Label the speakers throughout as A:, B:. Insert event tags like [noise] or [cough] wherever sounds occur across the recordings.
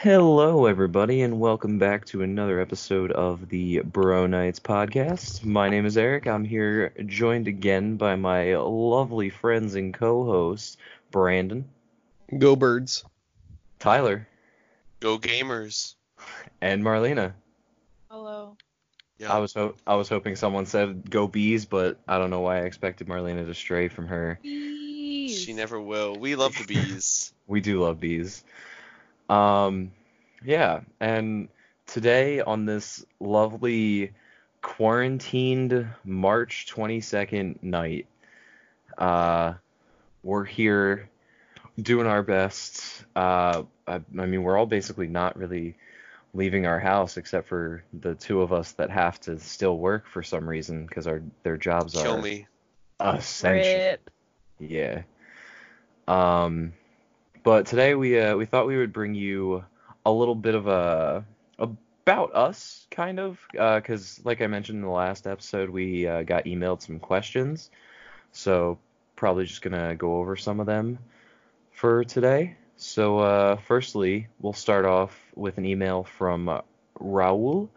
A: Hello, everybody, and welcome back to another episode of the Bro Nights podcast. My name is Eric. I'm here joined again by my lovely friends and co host, Brandon,
B: Go birds.
A: Tyler,
C: Go gamers.
A: and Marlena.
D: Hello.
C: Yeah.
A: I was ho- I was hoping someone said go bees, but I don't know why I expected Marlena to stray from her.
C: she never will. We love the
A: [laughs]
C: bees.
A: We do love bees. Um, yeah, and today on this lovely quarantined March 22nd night, uh, we're here doing our best. Uh, I, I mean, we're all basically not really leaving our house except for the two of us that have to still work for some reason because our their jobs
C: Kill
A: are
C: me.
A: essential. Yeah. Um, but today we uh, we thought we would bring you a little bit of a about us kind of because like I mentioned in the last episode we uh, got emailed some questions, so probably just gonna go over some of them for today. So uh, firstly, we'll start off with an email from uh, Raul,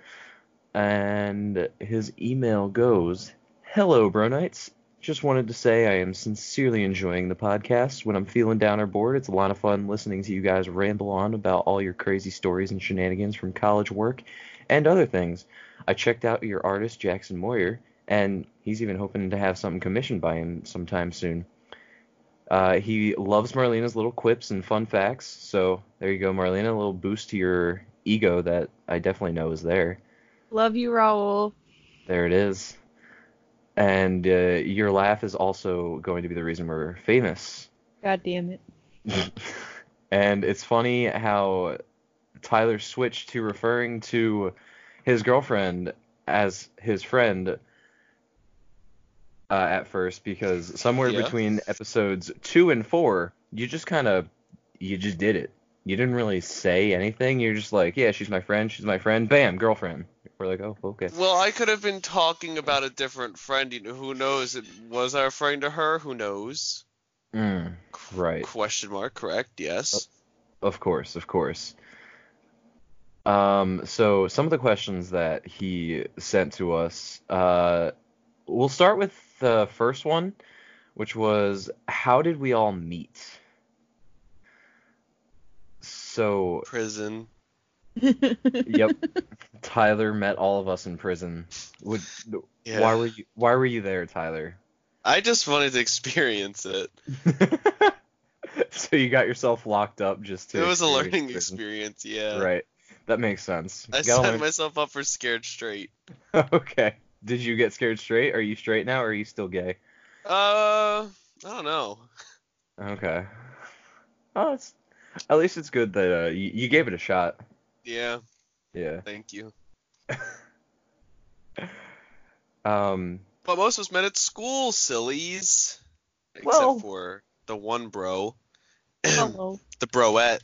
A: and his email goes, "Hello, Bro Nights. Just wanted to say I am sincerely enjoying the podcast. When I'm feeling down or bored, it's a lot of fun listening to you guys ramble on about all your crazy stories and shenanigans from college work and other things. I checked out your artist, Jackson Moyer, and he's even hoping to have something commissioned by him sometime soon. Uh, he loves Marlena's little quips and fun facts, so there you go, Marlena, a little boost to your ego that I definitely know is there.
D: Love you, Raul.
A: There it is. And uh, your laugh is also going to be the reason we're famous. [laughs]
D: God damn it.
A: and it's funny how Tyler switched to referring to his girlfriend as his friend uh, at first because somewhere
C: Yeah.
A: between episodes two and four, you just kind of you just did it. You didn't really say anything. You're just like, yeah, she's my friend. She's my friend. Bam, girlfriend. We're like, oh, okay.
C: Well, I could have been talking about a different friend. You know, who knows? It was our friend to her. Who knows?
A: Mm. Right.
C: Question mark. Correct. Yes.
A: Of course, of course. Um, so some of the questions that he sent to us, uh, we'll start with the first one, which was how did we all meet? So,
C: Prison. [clears throat]
A: yep, Tyler met all of us in prison. Would, Why were you Why were you there, Tyler? [laughs]
C: I just wanted to experience it.
A: so you got yourself locked up just to
C: it was a
A: experience
C: learning
A: prison.
C: experience. Yeah.
A: Right. That makes sense.
C: I
A: Gotta
C: set
A: learn-
C: myself up for scared straight.
A: [laughs] Okay. Did you get scared straight? Are you straight now or are you still gay?
C: Uh, I don't know.
A: Okay. Oh, it's at least it's good that uh, you, you gave it a shot.
C: Yeah.
A: Yeah.
C: Thank you.
A: Um.
C: But most of us met at school, sillies. Except
A: Well-
C: for the one bro, [clears throat]
D: Hello.
C: the broette.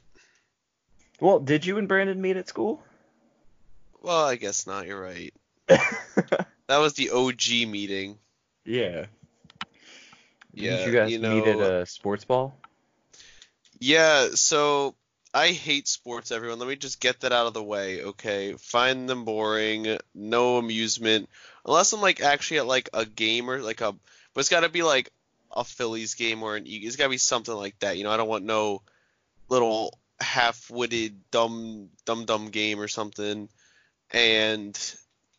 A: Well, did you and Brandon meet at school?
C: Well, I guess not. You're right. That was the OG meeting.
A: yeah.
C: Yeah,
A: Did you guys
C: know,
A: meet at a sports ball?
C: Yeah, so I hate sports, everyone. Let me just get that out of the way, okay? Find them boring, no amusement, unless I'm like actually at like a game or like a, but it's got to be like a Phillies game or an Eagles. It's got to be something like that, you know. I don't want no little half-witted dumb dumb dumb game or something. And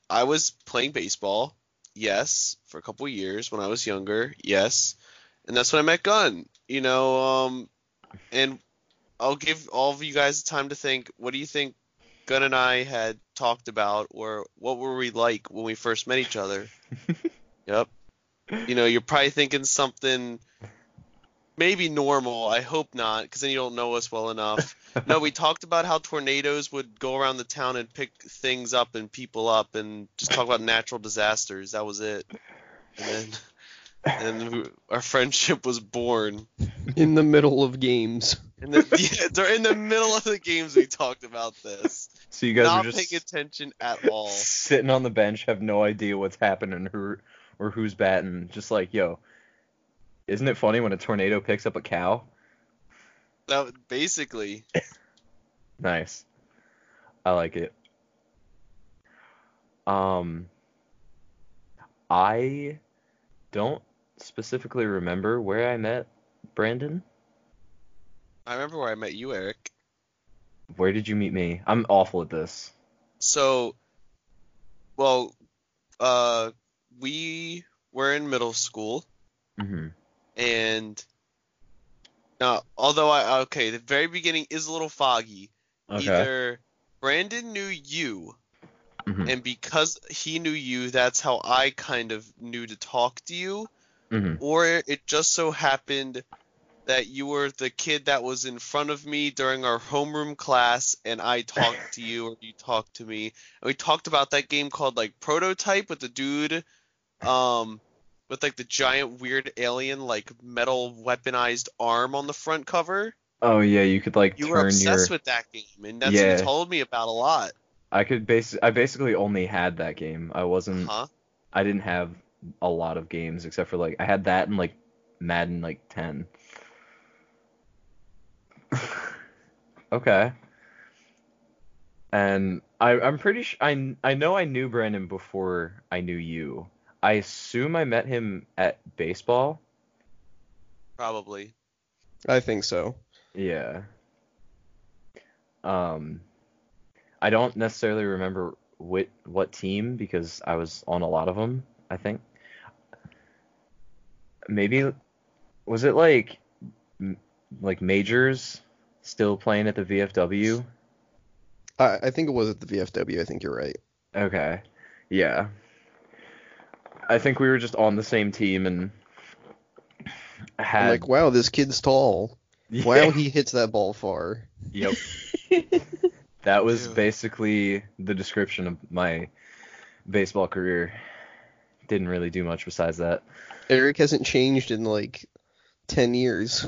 C: I was playing baseball, yes, for a couple years when I was younger, yes, and that's when I met Gunn. You know, um, and I'll give all of you guys time to think. What do you think Gunn and I had talked about, or what were we like when we first met each other? yep. You know, you're probably thinking something maybe normal. I hope not, because then you don't know us well enough. no, we talked about how tornadoes would go around the town and pick things up and people up, and just talk about natural disasters. That was it. And then, and we- our friendship was born.
B: In the middle of games.
C: In the, [laughs] yeah, they're in the middle of the games we talked about this.
A: So you guys
C: Not
A: were just
C: paying attention at all.
A: sitting on the bench, have no idea what's happening or or who's batting. Just like, yo, isn't it funny when a tornado picks up a cow?
C: That was- basically.
A: Nice. I like it. Um, I don't specifically remember where I met Brandon.
C: I remember where I met you, Eric.
A: Where did you meet me? I'm awful at this.
C: So, well, uh, we were in middle school,
A: hmm
C: and now, although I okay, the very beginning is a little foggy.
A: Okay.
C: Either Brandon knew you,
A: Mhm.
C: and because he knew you, that's how I kind of knew to talk to you.
A: hmm
C: or it just so happened that you were the kid that was in front of me during our homeroom class and I talked to you or you talked to me. And we talked about that game called like Prototype with the dude um with like the giant weird alien like metal weaponized arm on the front cover.
A: Oh yeah, you could like
C: You
A: turn
C: were obsessed
A: your.
C: with that game and that's
A: Yeah.
C: what you told me about a lot.
A: I could base. I basically only had that game. I wasn't.
C: Huh?
A: I didn't have a lot of games except for like I had that and like Madden like ten. okay. And I, I'm pretty sure I I know I knew Brandon before I knew you. I assume I met him at baseball.
C: Probably.
B: I think so.
A: Yeah. Um, I don't necessarily remember what what team because I was on a lot of them. I think maybe was it like m- like majors still playing at the VFW?
B: I, I think it was at the VFW. I think you're right.
A: Okay, yeah. I think we were just on the same team and
B: I'm
A: had
B: like, wow, this kid's tall.
C: [laughs]
B: Wow, he hits that ball far.
A: Yep. that was
C: Ew.
A: basically the description of my baseball career. Didn't really do much besides that.
B: Eric hasn't changed in like ten years.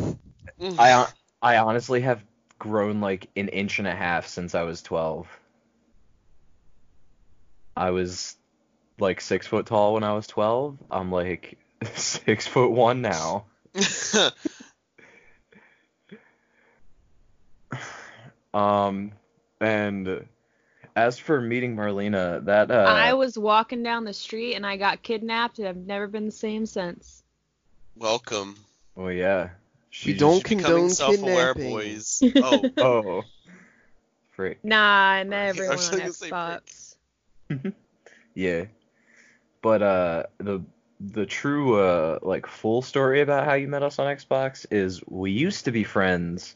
A: I uh, hon- I honestly have grown like an inch and a half since I was 12. I was like six foot tall when I was 12. I'm like [laughs] six foot one now. Um, and as for meeting Marlena, that uh,
D: I was walking down the street and I got kidnapped and I've never been the same since.
C: [laughs] Welcome.
A: well, oh, yeah, she
B: We don't
A: just-
C: Becoming
B: condone
C: self-aware
B: kidnapping. [laughs]
C: boys. Oh,
A: Oh, [laughs] frick.
D: Nah,
C: [laughs]
D: and
C: I was
D: everyone on
C: gonna say prick.
D: Xbox.
A: Yeah. But uh the the true uh like full story about how you met us on Xbox is we used to be friends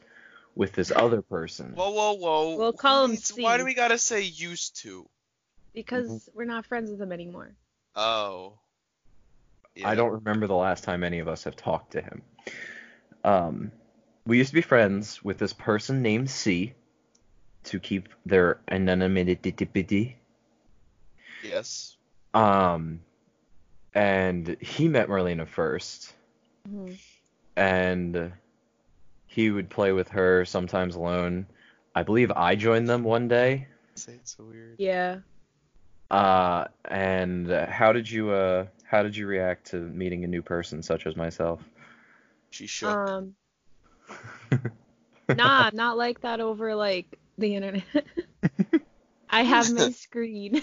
A: with this other person.
C: Whoa, whoa, whoa.
D: We'll call him
C: Who's- Why
D: C.
C: do we gotta say used to?
D: Because we're not friends with them anymore.
C: Oh. Yeah.
A: I don't remember the last time any of us have talked to him. Um we used to be friends with this person named C to keep their anonymity.
C: Yes.
A: Um and he met Marlena first.
C: Mm-hmm.
A: and he would play with her sometimes alone. I believe I joined them one day.
C: Say it's so weird.
D: Yeah.
A: Uh, and uh, how did you uh how did you react to meeting a new person such as myself?
C: She shook.
D: Um. nah, I'm not like that over like the internet. [laughs] I
C: [laughs]
D: have my screen.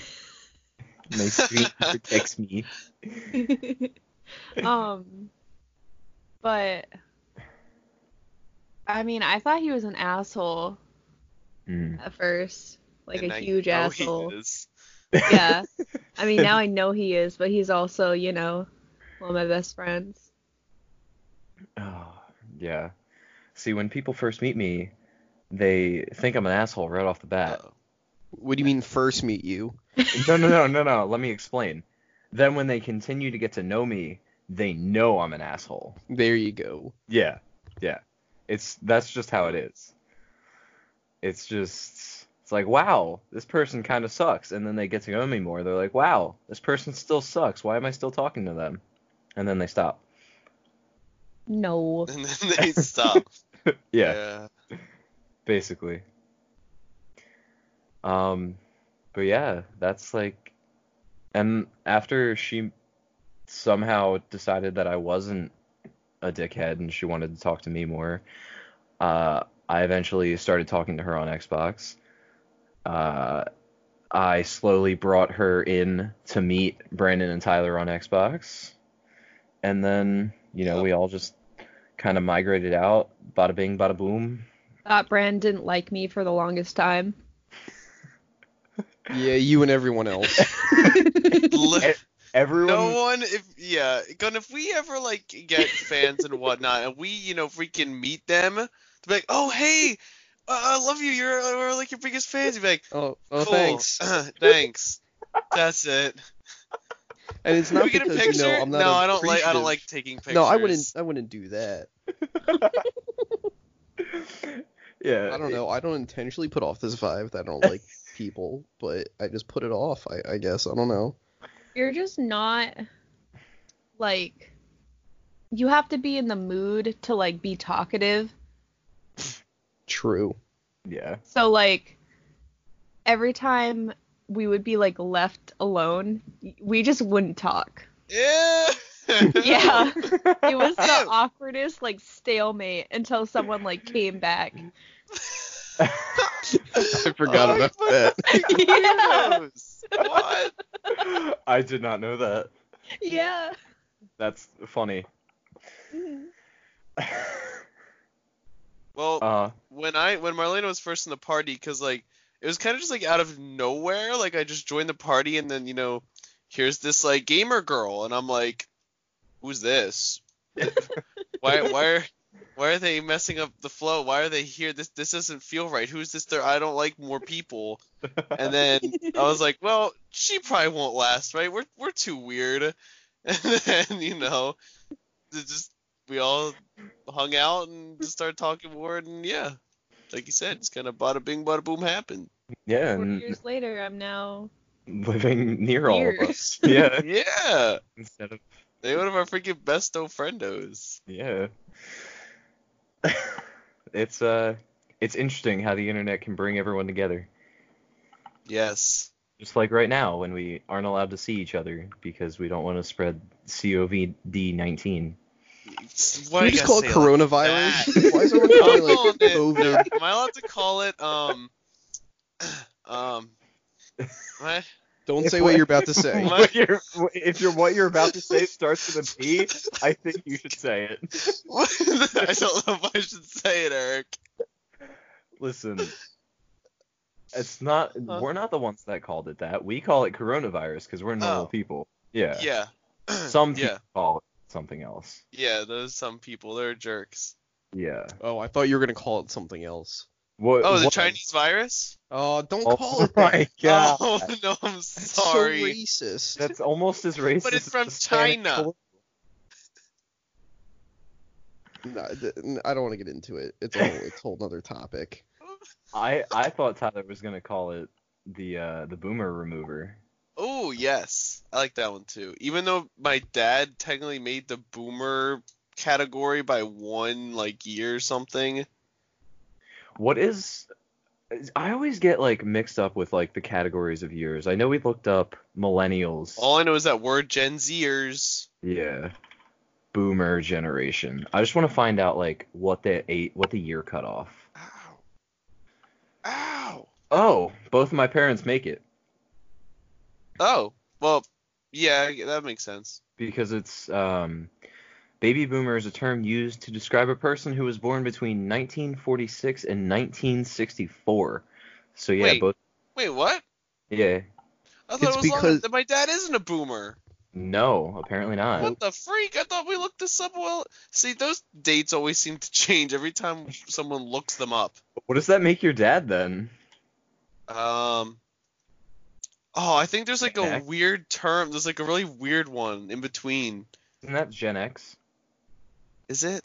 A: My screen protects me.
D: [laughs] um. But. I mean, I thought he was an asshole
A: Mm.
D: at first, like
C: And
D: a
C: I
D: huge
C: know he
D: asshole.
C: is.
D: Yeah. I
C: [laughs]
D: mean, now I know he is, but he's also, you know, one of my best friends.
A: Oh, yeah. See, when people first meet me, they think I'm an asshole right off the bat.
C: Uh-oh.
B: What do you mean first meet you?
A: no, no, no, no, no. Let me explain. Then when they continue to get to know me, they know I'm an asshole.
B: There you go.
A: Yeah, yeah. It's that's just how it is. It's just it's like wow, this person kind of sucks, and then they get to know me more. They're like, wow, this person still sucks. Why am I still talking to them? And then they stop.
D: No.
C: [laughs] And then
A: [laughs]
C: they stop.
A: Yeah, basically. Um, but yeah, that's like, and after she somehow decided that I wasn't a dickhead and she wanted to talk to me more, uh, I eventually started talking to her on Xbox, uh, I slowly brought her in to meet Brandon and Tyler on Xbox, and then you know we all just kind of migrated out. Bada bing, bada boom.
D: Thought Brand didn't like me for the
C: [laughs]
D: longest time. [laughs]
B: Yeah, you and everyone else.
C: [laughs]
A: E- Everyone.
C: No one, if yeah, Gun, if we ever like get fans and whatnot, and we, you know, freaking meet them, they're like, oh hey, uh, I love you, you're we're like your biggest fans. You'd be like,
B: Oh, oh
C: cool, [clears throat]
B: thanks.
C: thanks, that's it.
B: And [laughs] it's
C: Can
B: not
C: we get a
B: because
C: picture?
B: you know I'm not.
C: no, I don't like I
B: appreciative.
C: don't like taking pictures.
B: No, I wouldn't. I wouldn't do that.
A: Yeah.
C: Uh,
B: I don't know. I don't intentionally put off this vibe that I
C: [laughs]
B: don't like people, but I just put it off. I, I guess I don't know.
D: You're just not like you have to be in the mood to like be talkative.
B: True.
A: Yeah.
D: So like every time we would be like left alone, we just wouldn't [laughs] talk.
C: Yeah. [laughs]
D: Yeah. [laughs]
A: [laughs]
D: It was [laughs] the awkwardest like stalemate until someone like came back.
B: I forgot
C: Oh,
A: [laughs]
B: about
C: but-
B: that.
D: [laughs] yeah.
C: Gross. What?
B: [laughs]
A: I did not know that.
D: [laughs] Yeah.
A: That's
D: [laughs]
A: funny.
C: Well,
A: uh,
C: when I when Marlena was first in the party, because like it was kind of just like out of nowhere. Like I just joined the party, and then you know, here's this like gamer girl, and I'm like, who's this? why why are why are they messing up the flow? Why are they here? This this doesn't feel right. Who's this? There I don't like more people. And then I was like, well, she probably won't last, right? We're we're too weird. [laughs] And then you know, it just we all hung out and just started talking more, and yeah, like you said, it's kind of bada bing, bada boom happened.
A: yeah,
D: Four
A: and
D: years later, I'm now
A: living near all of
D: Here.
A: us.
D: [laughs]
A: Yeah.
C: Yeah,
A: Instead of
C: they one of our freaking besto friendos.
A: yeah. [laughs] it's uh, it's interesting how the internet can bring everyone together.
C: Yes.
A: Just like right now when we aren't allowed to see each other because we don't want to spread COVID-19.
C: Why
B: Can we
C: you gotta
B: just call it
C: say like that?
B: coronavirus? Why
C: [laughs]
B: is everyone
C: I'm
B: calling it
C: calling
B: like
C: it- [laughs]
B: COVID?
C: Am I allowed to call it um [clears throat] um what? [laughs]
B: Don't
A: If
B: say
A: what-
B: what you're about to say.
C: What?
A: What you're- if you're what you're about to say starts with a P, I think you should say it.
C: What? I don't know if I should say it, Eric.
A: Listen, it's not.
C: Huh?
A: We're not the ones that called it that. We call it coronavirus because we're normal
C: Oh.
A: people. Yeah.
C: Yeah.
A: Some people
C: yeah,
A: call it something else.
C: yeah, those some people they're jerks.
A: Yeah.
B: Oh, I thought you were gonna call it something else.
A: What?
C: Oh, the
A: what-
C: Chinese virus?
B: Oh, don't
A: [laughs] Oh
B: call it that.
A: my god.
C: [laughs] Oh no, I'm
B: That's
C: sorry.
B: so racist.
A: That's almost as racist.
C: it's
A: as
C: from
A: the Spanish
C: China.
A: flu.
B: No, th- n- I don't want to get into it.
C: [laughs]
B: It's a whole, it's a whole other topic.
A: I I thought Tyler was gonna call it the uh the boomer remover.
C: Oh yes, I like that one too. Even though my dad technically made the boomer category by one like year or something.
A: What is? I always get like mixed up with like the categories of years. I know we looked up millennials.
C: All I know is that we're Gen Zers.
A: Yeah. Boomer generation. I just want to find out like what the eight what the year cut off.
C: Ow. Ow.
A: Oh, both of my parents make it
C: Oh, well, yeah, I- that makes sense.
A: because it's um baby boomer is a term used to describe a person who was born between 1946 and 1964. So yeah,
C: Wait.
A: both
C: Wait, what?
A: yeah.
C: I thought
B: It's
C: it was longer.
B: because-
C: That my dad isn't a boomer.
A: No, apparently not.
C: What the freak? I thought we looked this up. Well, see, those dates always seem to change every time someone looks them up.
A: What does that make your dad then?
C: Um. Oh, I think there's like a
A: Heck.
C: weird term. There's like a really weird one in between.
A: Isn't that Gen X?
C: Is it?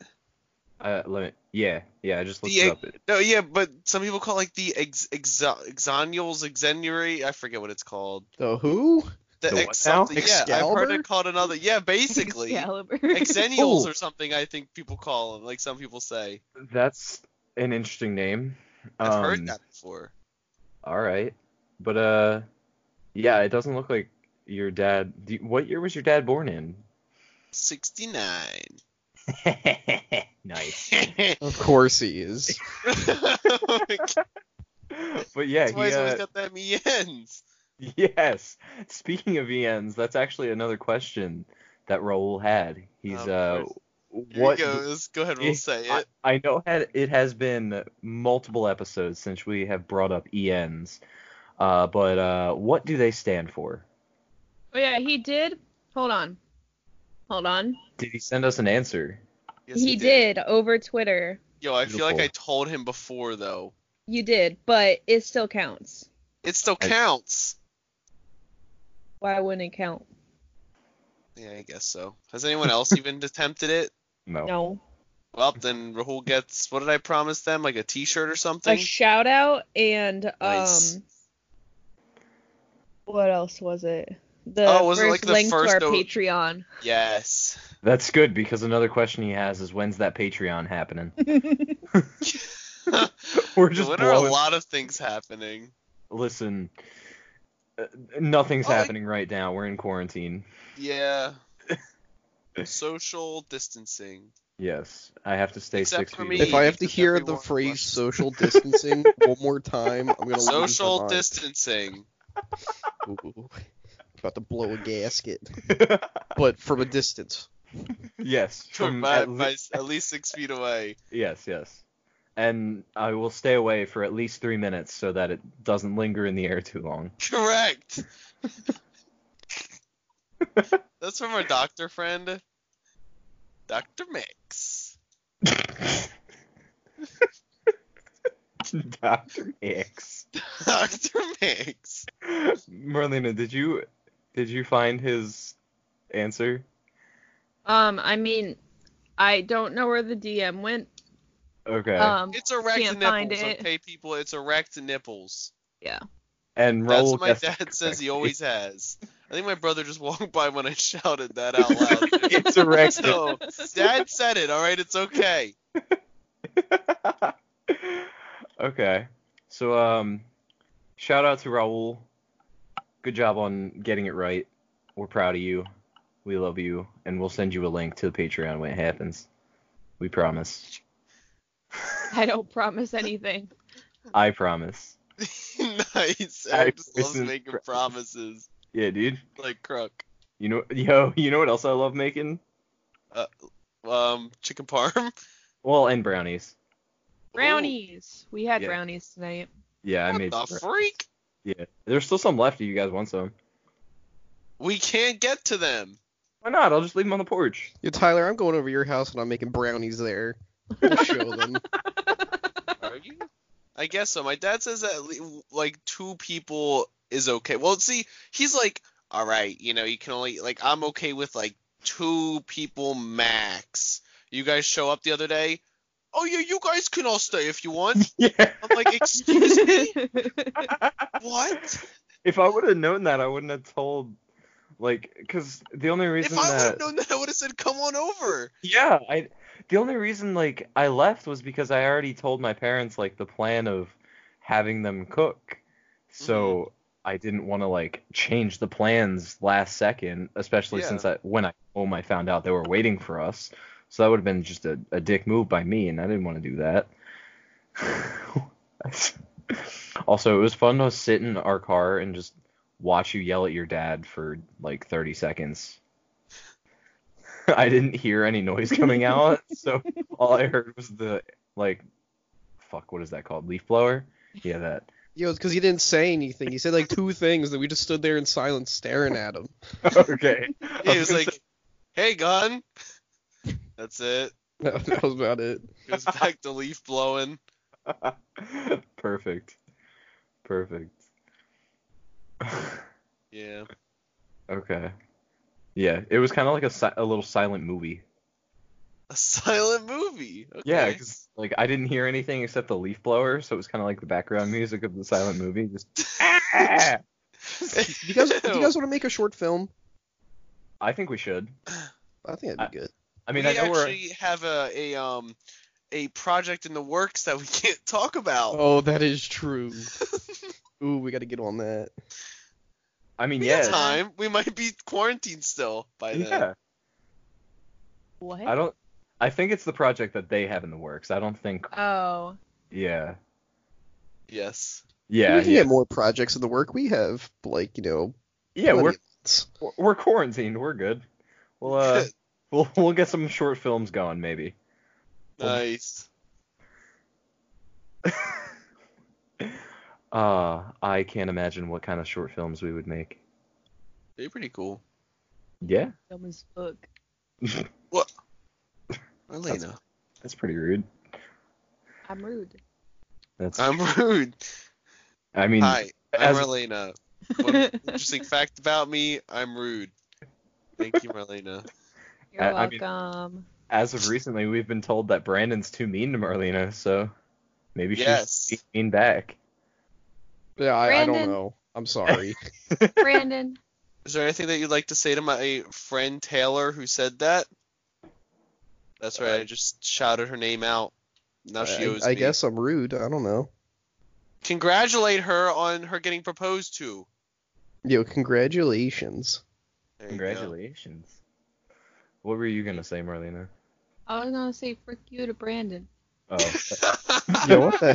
A: Uh, let me, yeah, yeah. I just looked
C: The-
A: it up. It-
C: No, yeah, but some people call it like the ex, exo- exonuals, exenuary. I forget what it's called.
B: The who?
C: The,
A: The what
C: ex
A: now?
C: something. Yeah, I've heard
B: Excalibur?
C: it called another. Yeah, basically.
D: [laughs] Excalibur.
C: Exennials
A: Ooh.
C: or something, I think people call them. Like some people say.
A: That's an interesting name.
C: I've
A: Um,
C: heard that before.
A: All right, but uh, yeah, it doesn't look like your dad. Do you- what year was your dad born in?
C: 69.
A: [laughs]
C: [laughs]
A: nice.
C: [laughs]
B: Of course he is.
C: Oh my God.
A: but yeah,
C: That's why
A: he,
C: he's always
A: uh,
C: got them yens.
A: [laughs] yes. Speaking of ENs, that's actually another question that Raul had. He's
C: Of
A: uh,
C: course. Um, Here
A: what?
C: he goes. Go ahead, we'll say
A: I,
C: it.
A: I know had- it has been multiple episodes since we have brought up ENs, uh, but uh, what do they stand for?
D: Oh yeah, he did. Hold on. Hold on.
A: Did he send us an answer?
C: Yes,
D: he did over Twitter.
C: Yo, I feel like I
A: Beautiful.
C: told him before though.
D: You did, but it still counts.
C: It still
A: I-
C: counts.
D: Why wouldn't it count?
C: Yeah, I guess so. Has anyone else
A: [laughs]
C: even attempted it?
A: No.
D: No.
C: Well, then Rahul gets what did I promise them? Like a T-shirt or
D: A
C: something?
D: shout out and um
C: Nice.
D: what else was it? The
C: Oh, was it,
D: first
C: like, the
D: link
C: first
D: to our
C: o-
D: Patreon.
C: yes.
A: That's good because another question he has is when's that Patreon happening? [laughs] We're just
C: [laughs] there are a
A: blowing.
C: lot of things happening.
A: Listen, uh, nothing's
C: Oh, like-
A: happening right now. We're in quarantine. [laughs]
C: Yeah. Social distancing.
A: Yes, I have to stay
C: Except
A: six
C: for
A: feet.
C: me.
A: away.
B: If I have to
C: because
B: hear the
C: everyone
B: phrase
C: was- [laughs]
B: social distancing one more time, I'm gonna lose
C: Social
B: my mind.
C: distancing.
B: Ooh. About to blow a gasket, but from a distance.
A: [laughs]
C: [laughs]
A: yes,
C: From
A: from
C: by,
A: at le-
C: by s- at least six feet away.
A: yes, yes, and I will stay away for at least three minutes so that it doesn't linger in the air too long. [laughs]
C: Correct. That's from our doctor friend, Doctor Mix. [laughs]
A: [laughs] Doctor X.
C: Doctor Mix.
A: Merlina, did you did you find his answer?
D: Um, I mean, I don't know where the DM went.
A: Okay.
D: Um,
C: It's erect
D: Can't find
C: nipples,
D: it.
C: okay, people? It's erect nipples.
A: and
C: That's
A: Raul
C: what my
A: guessed it
C: dad says he
A: correctly.
C: always has. I think my brother just [laughs] walked by when I shouted that
A: [laughs]
C: out loud.
A: it's erect.
C: [laughs] so, dad said it, alright? It's okay. [laughs]
A: okay. So um shout out to Raul. Good job on getting it right. We're proud of you. We love you and we'll send you a link to the Patreon when it happens. We promise.
D: [laughs] I don't
C: [laughs]
D: promise anything.
A: I promise.
C: nice.
A: I
C: Adam just loves
A: wasn't
C: making
A: pr-
C: promises.
A: Yeah, dude.
C: Like Crook.
A: You know [laughs] yo, you know what else I love making?
C: Um, chicken parm.
A: Well, and brownies.
D: Brownies. We had
A: Yeah.
D: brownies
C: [laughs]
D: tonight.
A: Yeah,
C: What
A: I made
C: the
A: br-
C: freak?
A: Yeah. There's still some left if you guys want some.
C: We can't get to them.
A: Why not? I'll just leave them on the
C: [laughs]
A: porch.
B: Yo, Tyler, I'm going over to your house and I'm making brownies there. We'll show them.
C: Are you? I guess so. My dad says that le- like two people is okay. Well, see, he's like, all right, you know, you can only like I'm okay with like two people max. You guys show up the other day. Oh yeah, you guys can all stay if you want.
A: Yeah.
C: I'm like, excuse me, what?
A: If I would have known that, I wouldn't have told. Like, because the only [laughs] reason
C: if I would
A: that
C: have known that, I would have said, come on over.
A: yeah, I the only reason like I left was because I already told my parents like the plan of having them cook,
C: Mm-hmm.
A: so I didn't want to like change the plans last second, especially
C: Yeah.
A: since I when I home I found out they were waiting for us, so that would have been just a, a dick move by me, and I didn't want to do that. [laughs] also, it was fun to sit in our car and just watch you yell at your dad for like 30 seconds. [laughs] I didn't hear any noise coming out, [laughs] so all I heard was the like, fuck, what is that called? Leaf blower? Yeah, that.
B: Yo, it's because he didn't say anything. He said like two things that we just stood there in silence staring at him.
A: [laughs]
B: [laughs]
A: okay.
C: Yeah, he was like, hey, gun. That's it.
B: That, that was about it.
C: It was back to leaf blowing.
A: [laughs] perfect, perfect. [laughs]
C: Yeah.
A: okay. Yeah, it was kind of like a, si- a little silent movie.
C: A silent movie. Okay.
A: Yeah, [laughs] 'cause, like I didn't hear anything except the leaf blower, so it was kind of like the
C: [laughs]
A: background music of the silent movie. Just "Ah!"
B: Do you guys, do you guys want to make a short film?
A: I think we should.
B: I think that'd be good.
A: I mean,
C: we
A: I know we're
C: actually have a, a um a project in the works that we [laughs] can't talk about.
B: Oh, that is true. [laughs] Ooh, we got to get on that.
A: I mean,
C: We got
A: yeah.
C: time. We might be quarantined still by then.
A: Yeah.
D: What?
A: I don't I think it's the project that they have in the works. I don't think
D: Oh.
A: yeah.
C: Yes.
A: Yeah.
B: we can
A: yeah.
B: get more projects of the work we have. Like you know,
A: Yeah,
B: plenty
A: we're
B: of months.
A: we're- we're quarantined. We're good. We'll
C: [laughs]
A: uh, we'll we'll get some short films going maybe.
C: nice.
A: [laughs] Uh, I can't imagine what kind of short films we would make.
C: They're pretty cool.
A: Yeah,
D: Dumb as fuck.
C: Elena.
A: that's pretty rude.
D: I'm rude.
A: That's
C: I'm rude.
A: I mean,
C: Hi, I'm
A: as-
C: Elena.
D: [laughs]
C: One
A: [laughs]
C: interesting fact about me, I'm rude. Thank you, Marlena.
D: You're
A: I- I mean-
D: welcome.
A: as of recently, we've been told that Brandon's too mean to Marlena, so maybe
C: Yes.
A: she's mean back.
B: Yeah, I, I don't
D: Brandon.
B: know. I'm sorry.
D: Brandon,
C: Is there anything that you'd like to say to my friend Taylor who said that? That's
A: Uh,
C: right. I just shouted her name out. [laughs] Now she
B: I,
C: owes
B: I
C: me.
B: guess I'm rude. I don't know.
C: Congratulate her on her getting proposed to.
B: Yo, congratulations.
C: There you go.
A: Congratulations. What were you gonna say,
C: [laughs]
A: Marlena?
D: I was gonna say frick you to Brandon.
A: Oh,
C: [laughs]
B: Yo, what the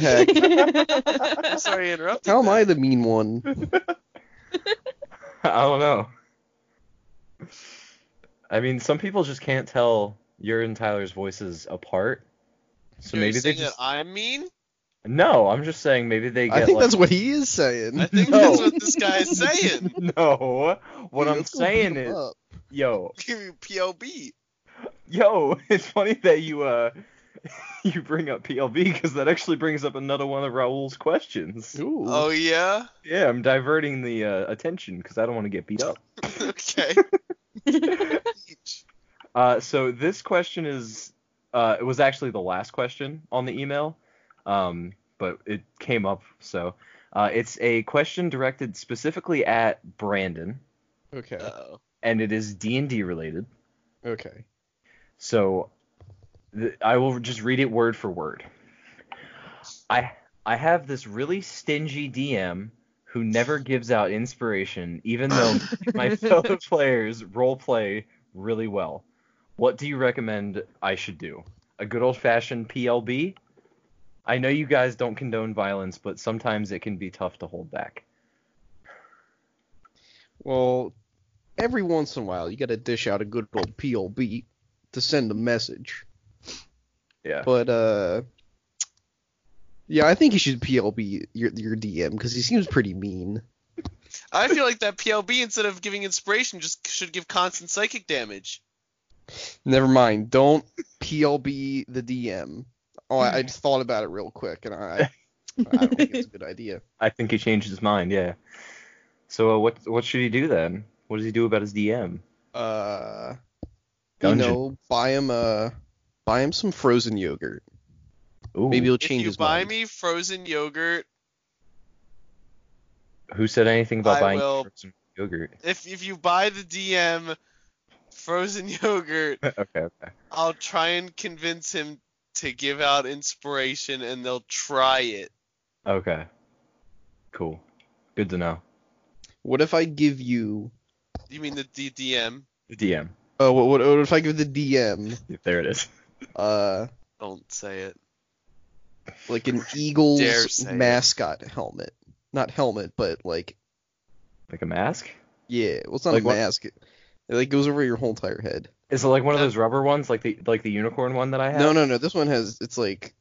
D: [laughs]
B: heck?
C: I'm sorry I interrupted.
B: How am
C: that.
B: I the mean one?
A: [laughs] I don't know. I mean, some people just can't tell your and Tyler's voices apart. So
C: You're
A: maybe they
C: saying
A: just
C: that I'm mean?
A: no. I'm just saying maybe they get
B: I think
A: like
B: that's what he is saying.
C: I think
A: No.
C: that's what this guy is saying.
A: [laughs]
C: [laughs]
B: [laughs]
A: no. [laughs] What
B: Yo,
A: I'm
B: let's go beat
A: saying
B: him
A: is,
B: up.
A: yo,
C: PLB.
A: yo, [laughs] it's funny that you uh [laughs] you bring up PLB because that actually brings up another one of Raul's questions.
B: Ooh.
C: Oh yeah. [laughs]
A: Yeah, I'm diverting the uh, attention because I don't want to get beat up. [laughs]
C: okay. Each.
A: Uh, so this question is uh, it was actually the last question on the email, um, but it came up. So uh, it's a question directed specifically at Brandon,
B: Okay.
C: Uh-oh.
A: and it is D and D related.
B: Okay.
A: So th- I will just read it word for word. I I have this really stingy DM who never gives out inspiration, even though my fellow players role play really well. What do you recommend I should do? A good old fashioned PLB? I know you guys don't condone violence, but sometimes it can be tough to hold back.
B: Well, every once in a while, you gotta dish out a good old PLB to send a message.
A: Yeah.
B: But uh, yeah, I think you should PLB your your DM because he seems pretty mean.
C: I feel like that PLB instead of giving inspiration just should give constant psychic damage.
B: Never mind. Don't PLB the DM. Oh, I, I just thought about it real quick, and I I don't think it's a good idea.
A: I think he changed his mind, yeah. So uh, what what should he do then? What does he do about his DM?
B: Uh,
A: Dungeon.
B: you know, buy him a buy him some frozen yogurt.
A: Ooh.
B: Maybe he'll
C: If
B: change
C: you
B: his
C: buy
B: mind.
C: me frozen yogurt,
A: Who said anything about
C: I
A: buying
C: will-
A: frozen yogurt?
C: if if you buy the DM frozen
A: [laughs]
C: [laughs] yogurt,
A: [laughs] okay, okay.
C: I'll try and convince him to give out inspiration and they'll try it.
A: Okay. Cool. Good to know.
B: What if I give you
C: You mean the D- DM?
A: The DM.
B: Oh, what, what, what if I give the DM
A: There it is.
B: uh
C: Don't say it.
B: like
C: [laughs]
B: an
C: Dare
B: Eagles
C: say it.
B: mascot helmet? Not helmet, but like
A: Like a mask?
B: yeah, well it's not
A: Like
B: a
A: what-
B: mask. It, it, like goes over your whole entire head.
A: Is it like one of those rubber ones, like the like the unicorn one that I have?
B: No, no, no. This one has it's like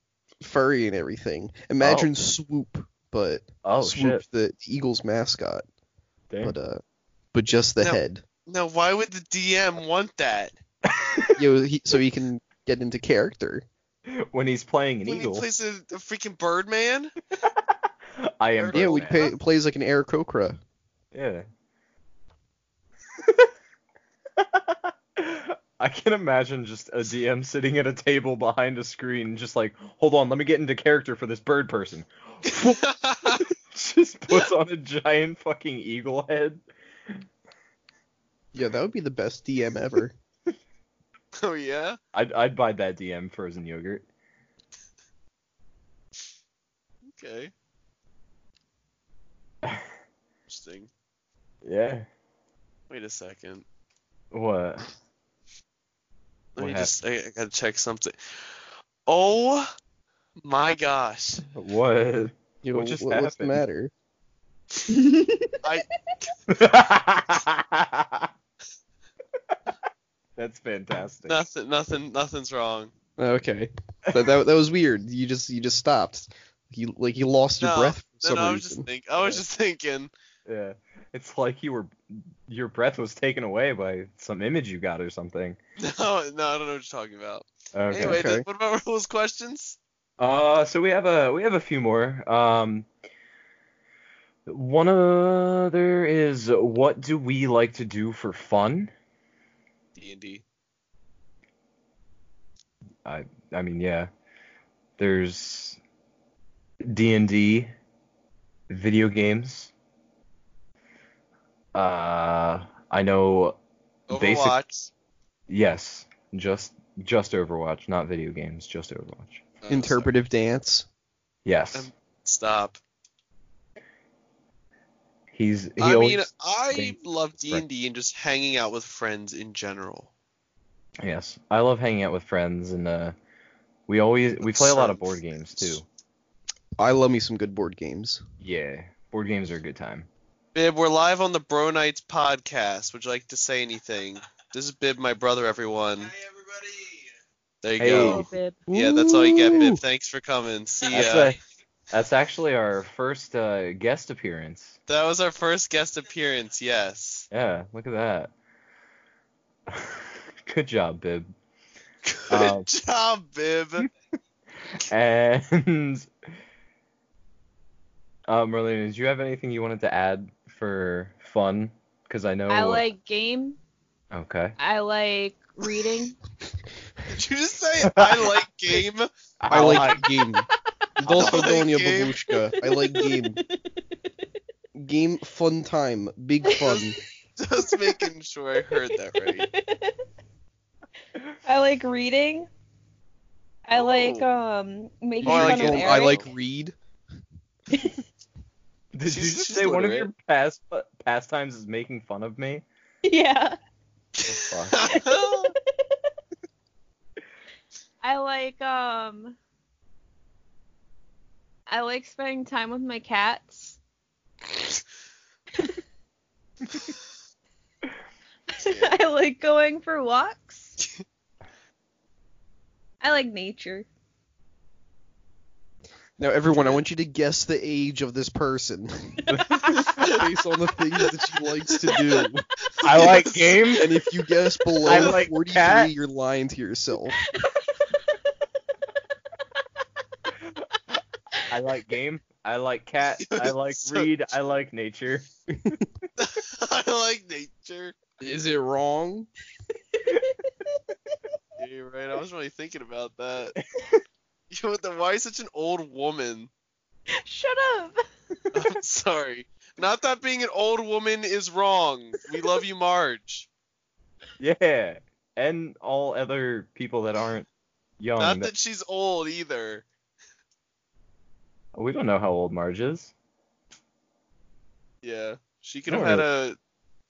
B: furry and everything. Imagine Swoop, but
A: Oh
B: Swoop
A: shit.
B: the Eagles mascot,
A: Damn.
B: but uh but just the
C: No. [laughs]
B: head.
C: Now, why would the DM want that?
B: Yo, he, so he can get into character.
A: When he's playing an
C: When he
A: eagle,
C: plays a, a freaking Birdman?
A: I am.
B: Yeah,
C: Birdman.
B: we
A: Birdman.
B: pay, plays like an Air Kokra.
A: Yeah. [laughs] I can imagine just a DM sitting at a table behind a screen, just like, hold on, let me get into character for this bird person. [laughs] just puts [laughs] on a giant fucking eagle head.
B: Yeah, that would be the best DM
A: [laughs]
B: ever.
C: [laughs] oh yeah.
A: I'd, I'd buy that DM frozen yogurt.
C: Okay. Interesting.
A: Yeah.
C: Wait a second.
A: What?
C: Let
A: What
C: me just. I, I gotta check something. Oh my gosh.
A: What?
B: You
A: What
B: know,
A: just
B: what's the
A: happened?
B: matter?
C: I
A: [laughs] That's fantastic.
C: nothing nothing nothing's wrong.
B: Okay. That, that, that was weird. You just you just stopped. You like you lost your
C: No,
B: breath for
C: No,
B: some
C: no, I was
B: reason.
C: just think I was just thinking. [laughs]
A: Yeah. It's like you were your breath was taken away by some image you got or something.
C: No, no, I don't know what you're talking about.
A: Okay.
C: Anyway,
B: Okay.
C: th- what about rules questions?
A: Uh so we have a we have a few more. Um one other is what do we like to do for fun?
C: D and D.
A: I mean, yeah. There's D&D, video games. Uh I know Basic-
C: Overwatch.
A: yes, just just Overwatch, not video games, just Overwatch.
C: Oh,
B: Interpretive dance.
A: Yes.
C: Um, sorry. Stop.
A: He's he
C: I
A: always
C: mean, uh, I
A: thinks-
C: love D and D and just hanging out with friends in general.
A: yes. I love hanging out with friends and uh we always we play a lot of
C: Certain
A: board games too.
C: friends.
B: I love me some good board games.
A: Yeah. Board games are a good time.
C: Bib, we're live on the Bro Nights podcast. Would you like to say anything? This is Bib, my brother, everyone. There you
A: Hey.
C: go.
D: Bib.
C: Yeah, that's all you get,
B: Ooh.
C: Bib. Thanks for coming. See ya.
A: That's a, that's actually our first uh, guest appearance.
C: That was our first guest appearance, yes.
A: Yeah, look at that. [laughs] good job, Bib.
C: Good [laughs]
A: Um,
C: job, Bib.
A: And um, Merlina, did you have anything you wanted to add for fun? Because I know.
D: I like game.
A: Okay.
D: I like reading.
C: Did you just say I like game? [laughs]
B: I [laughs]
A: [laughs]
B: like game. Dolfo
C: like
B: Donia
C: game.
B: Babushka. I
D: [laughs]
B: like game. Game fun time.
C: [laughs]
B: Big fun.
C: Just making sure I heard that right.
D: I like reading. I
C: Oh.
D: like um making
C: Oh, I
D: fun
C: like
D: of
C: game.
D: Eric.
B: I like read.
A: Did you
C: She's-
A: just
C: she's
A: say one of
C: literate.
A: your past pastimes is making fun of me?
D: [laughs] yeah.
C: [laughs]
A: fuck.
D: [laughs] I like um I like spending time with my cats. [laughs] I like going for walks. I like nature.
B: Now, everyone, I want you to guess the age of
C: [laughs]
B: this person [laughs] based on the things that she likes to do.
C: [laughs]
A: I like game.
B: And if you guess
A: I
B: below
A: like
B: 43,
A: cat.
B: you're lying to yourself.
A: I like game. I like cat. I like
C: So-
A: read. I like nature.
C: I like nature.
B: Is it wrong?
C: Yeah, You're right. I was really thinking about
A: [laughs]
C: that. You know what? the- Why such an old woman? [laughs]
D: Shut up.
C: I'm sorry. Not that being an old woman is wrong. We love you, Marge.
A: Yeah. And all other people that aren't young.
C: Not
A: that-
C: that she's old either.
A: we don't know how old Marge is.
C: Yeah, she could
A: I don't
C: have had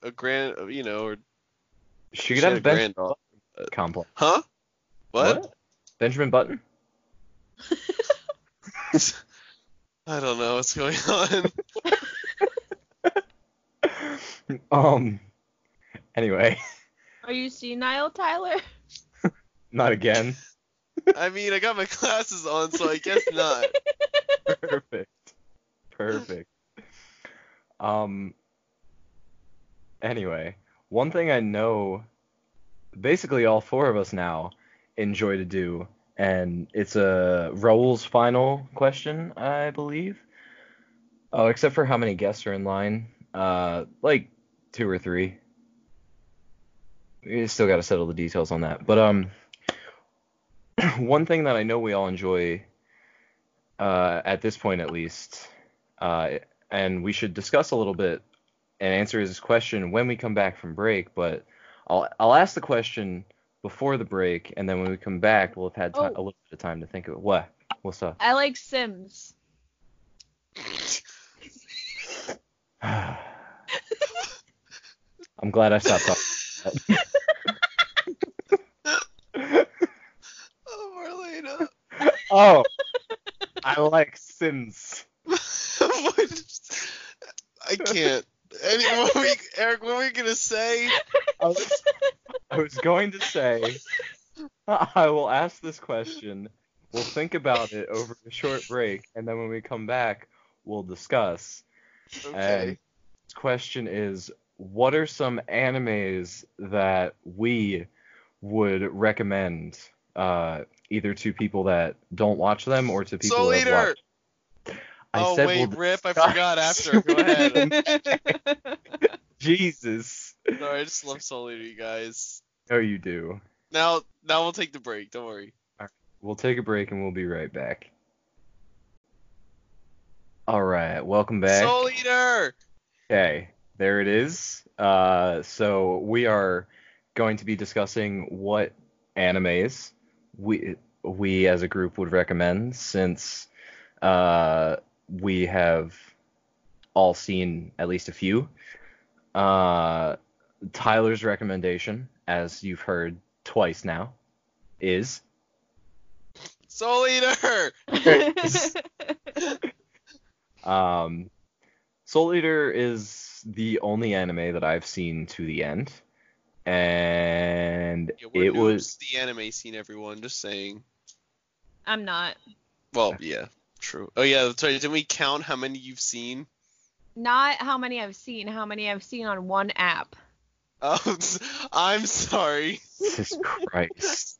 C: a a grand, you know, or
A: She could
C: had
A: have
C: a
A: Benjamin
C: granddaughter.
A: Button complex.
C: Huh? What?
A: Benjamin Button? [laughs]
C: [laughs] I don't know what's going [laughs] on.
A: Um. Anyway, [laughs]
D: Are you senile, Tyler?
A: not
C: [laughs]
A: again.
C: I mean, I got my glasses on, so I guess
A: [laughs]
C: not.
A: Perfect. Perfect. Um. Anyway, one thing I know, basically all four of us now enjoy to do, and it's a Raul's final question, I believe. Oh, except for how many guests are in line? Uh, like two or three. We still got to settle the details on that. But um, [clears throat] one thing that I know we all enjoy uh, at this point at least, uh, and we should discuss a little bit and answer his question when we come back from break. But I'll I'll ask the question before the break, and then when we come back, we'll have had ti-
D: Oh.
A: a little bit of time to think of it. What? What's up?
D: I like Sims. [laughs]
A: [sighs] I'm glad I stopped talking.
C: Oh, Marlena.
A: Oh, I like Sims.
C: [laughs] I can't. Any, what we, Eric, what were we gonna say?
A: I was, I was going to say, I will ask this question. We'll think about it over a short break, and then when we come back, we'll discuss. And
C: Okay.
A: this question is, what are some animes that we would recommend uh, either to people that don't watch them or to people
C: so
A: that
C: later.
A: watch? I
C: oh
A: said
C: wait,
A: we'll
C: Rip, I
A: discuss. [laughs]
C: forgot after. Go ahead.
A: Jesus.
C: Sorry, I just love Soul Eater, you guys.
A: No, you do.
C: Now, now we'll take the break. Don't worry.
A: We'll take a break and we'll be right back. All right, welcome back.
C: Soul Eater.
A: Okay, there it is. Uh, so we are going to be discussing what animes we we as a group would recommend, since uh, we have all seen at least a few. Uh, Tyler's recommendation, as you've heard twice now, is
C: Soul Eater.
A: Um, Soul Eater is the only anime that I've seen to the end, and
C: Yeah, we're
A: it was
C: noobs to the anime scene. Everyone, just saying.
D: I'm not.
C: Well, yeah, true. Oh yeah, that's right. Didn't we count how many you've seen? [laughs]
D: Not how many I've seen, how many I've seen on one app.
C: Oh, I'm sorry.
A: [laughs] Jesus
C: [laughs]
A: Christ.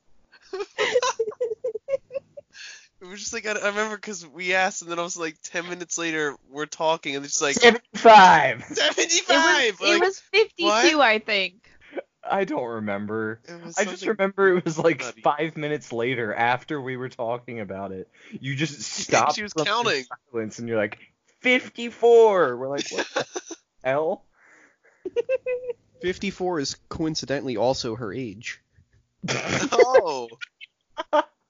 C: It was just like I, I remember because we asked, and then I was like, ten minutes later, we're talking, and it's just like
A: Five.
C: seventy-five.
D: It was, it was 52,
C: what?
D: I think.
A: I don't remember.
C: It was
A: I just
C: something-
A: remember it was like
C: nutty.
A: five minutes later after we were talking about it. You
C: [laughs]
A: just stopped.
C: was
A: from the
C: counting.
A: Silence, and you're like, 54. We're like, what the
C: [laughs]
A: hell?
B: 54 is coincidentally also her age.
C: [laughs] Oh,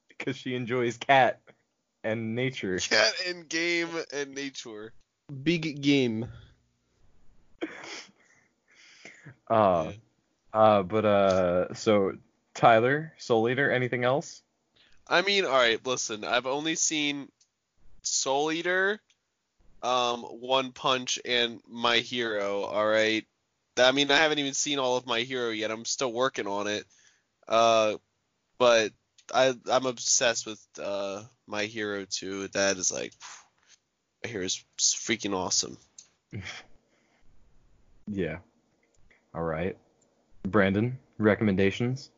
A: Because she enjoys cat and nature.
C: cat and game and nature.
B: Big game. [coughs]
A: Uh, uh, but uh, so Tyler, Soul Eater, anything else?
C: I mean, all right, listen, I've only seen Soul Eater, um, One Punch, and My Hero. All right, I mean, I haven't even seen all of My Hero yet. I'm still working on it. Uh, but I I'm obsessed with uh My Hero too. That is like, My Hero is freaking awesome.
A: Yeah. All right. Brandon, recommendations?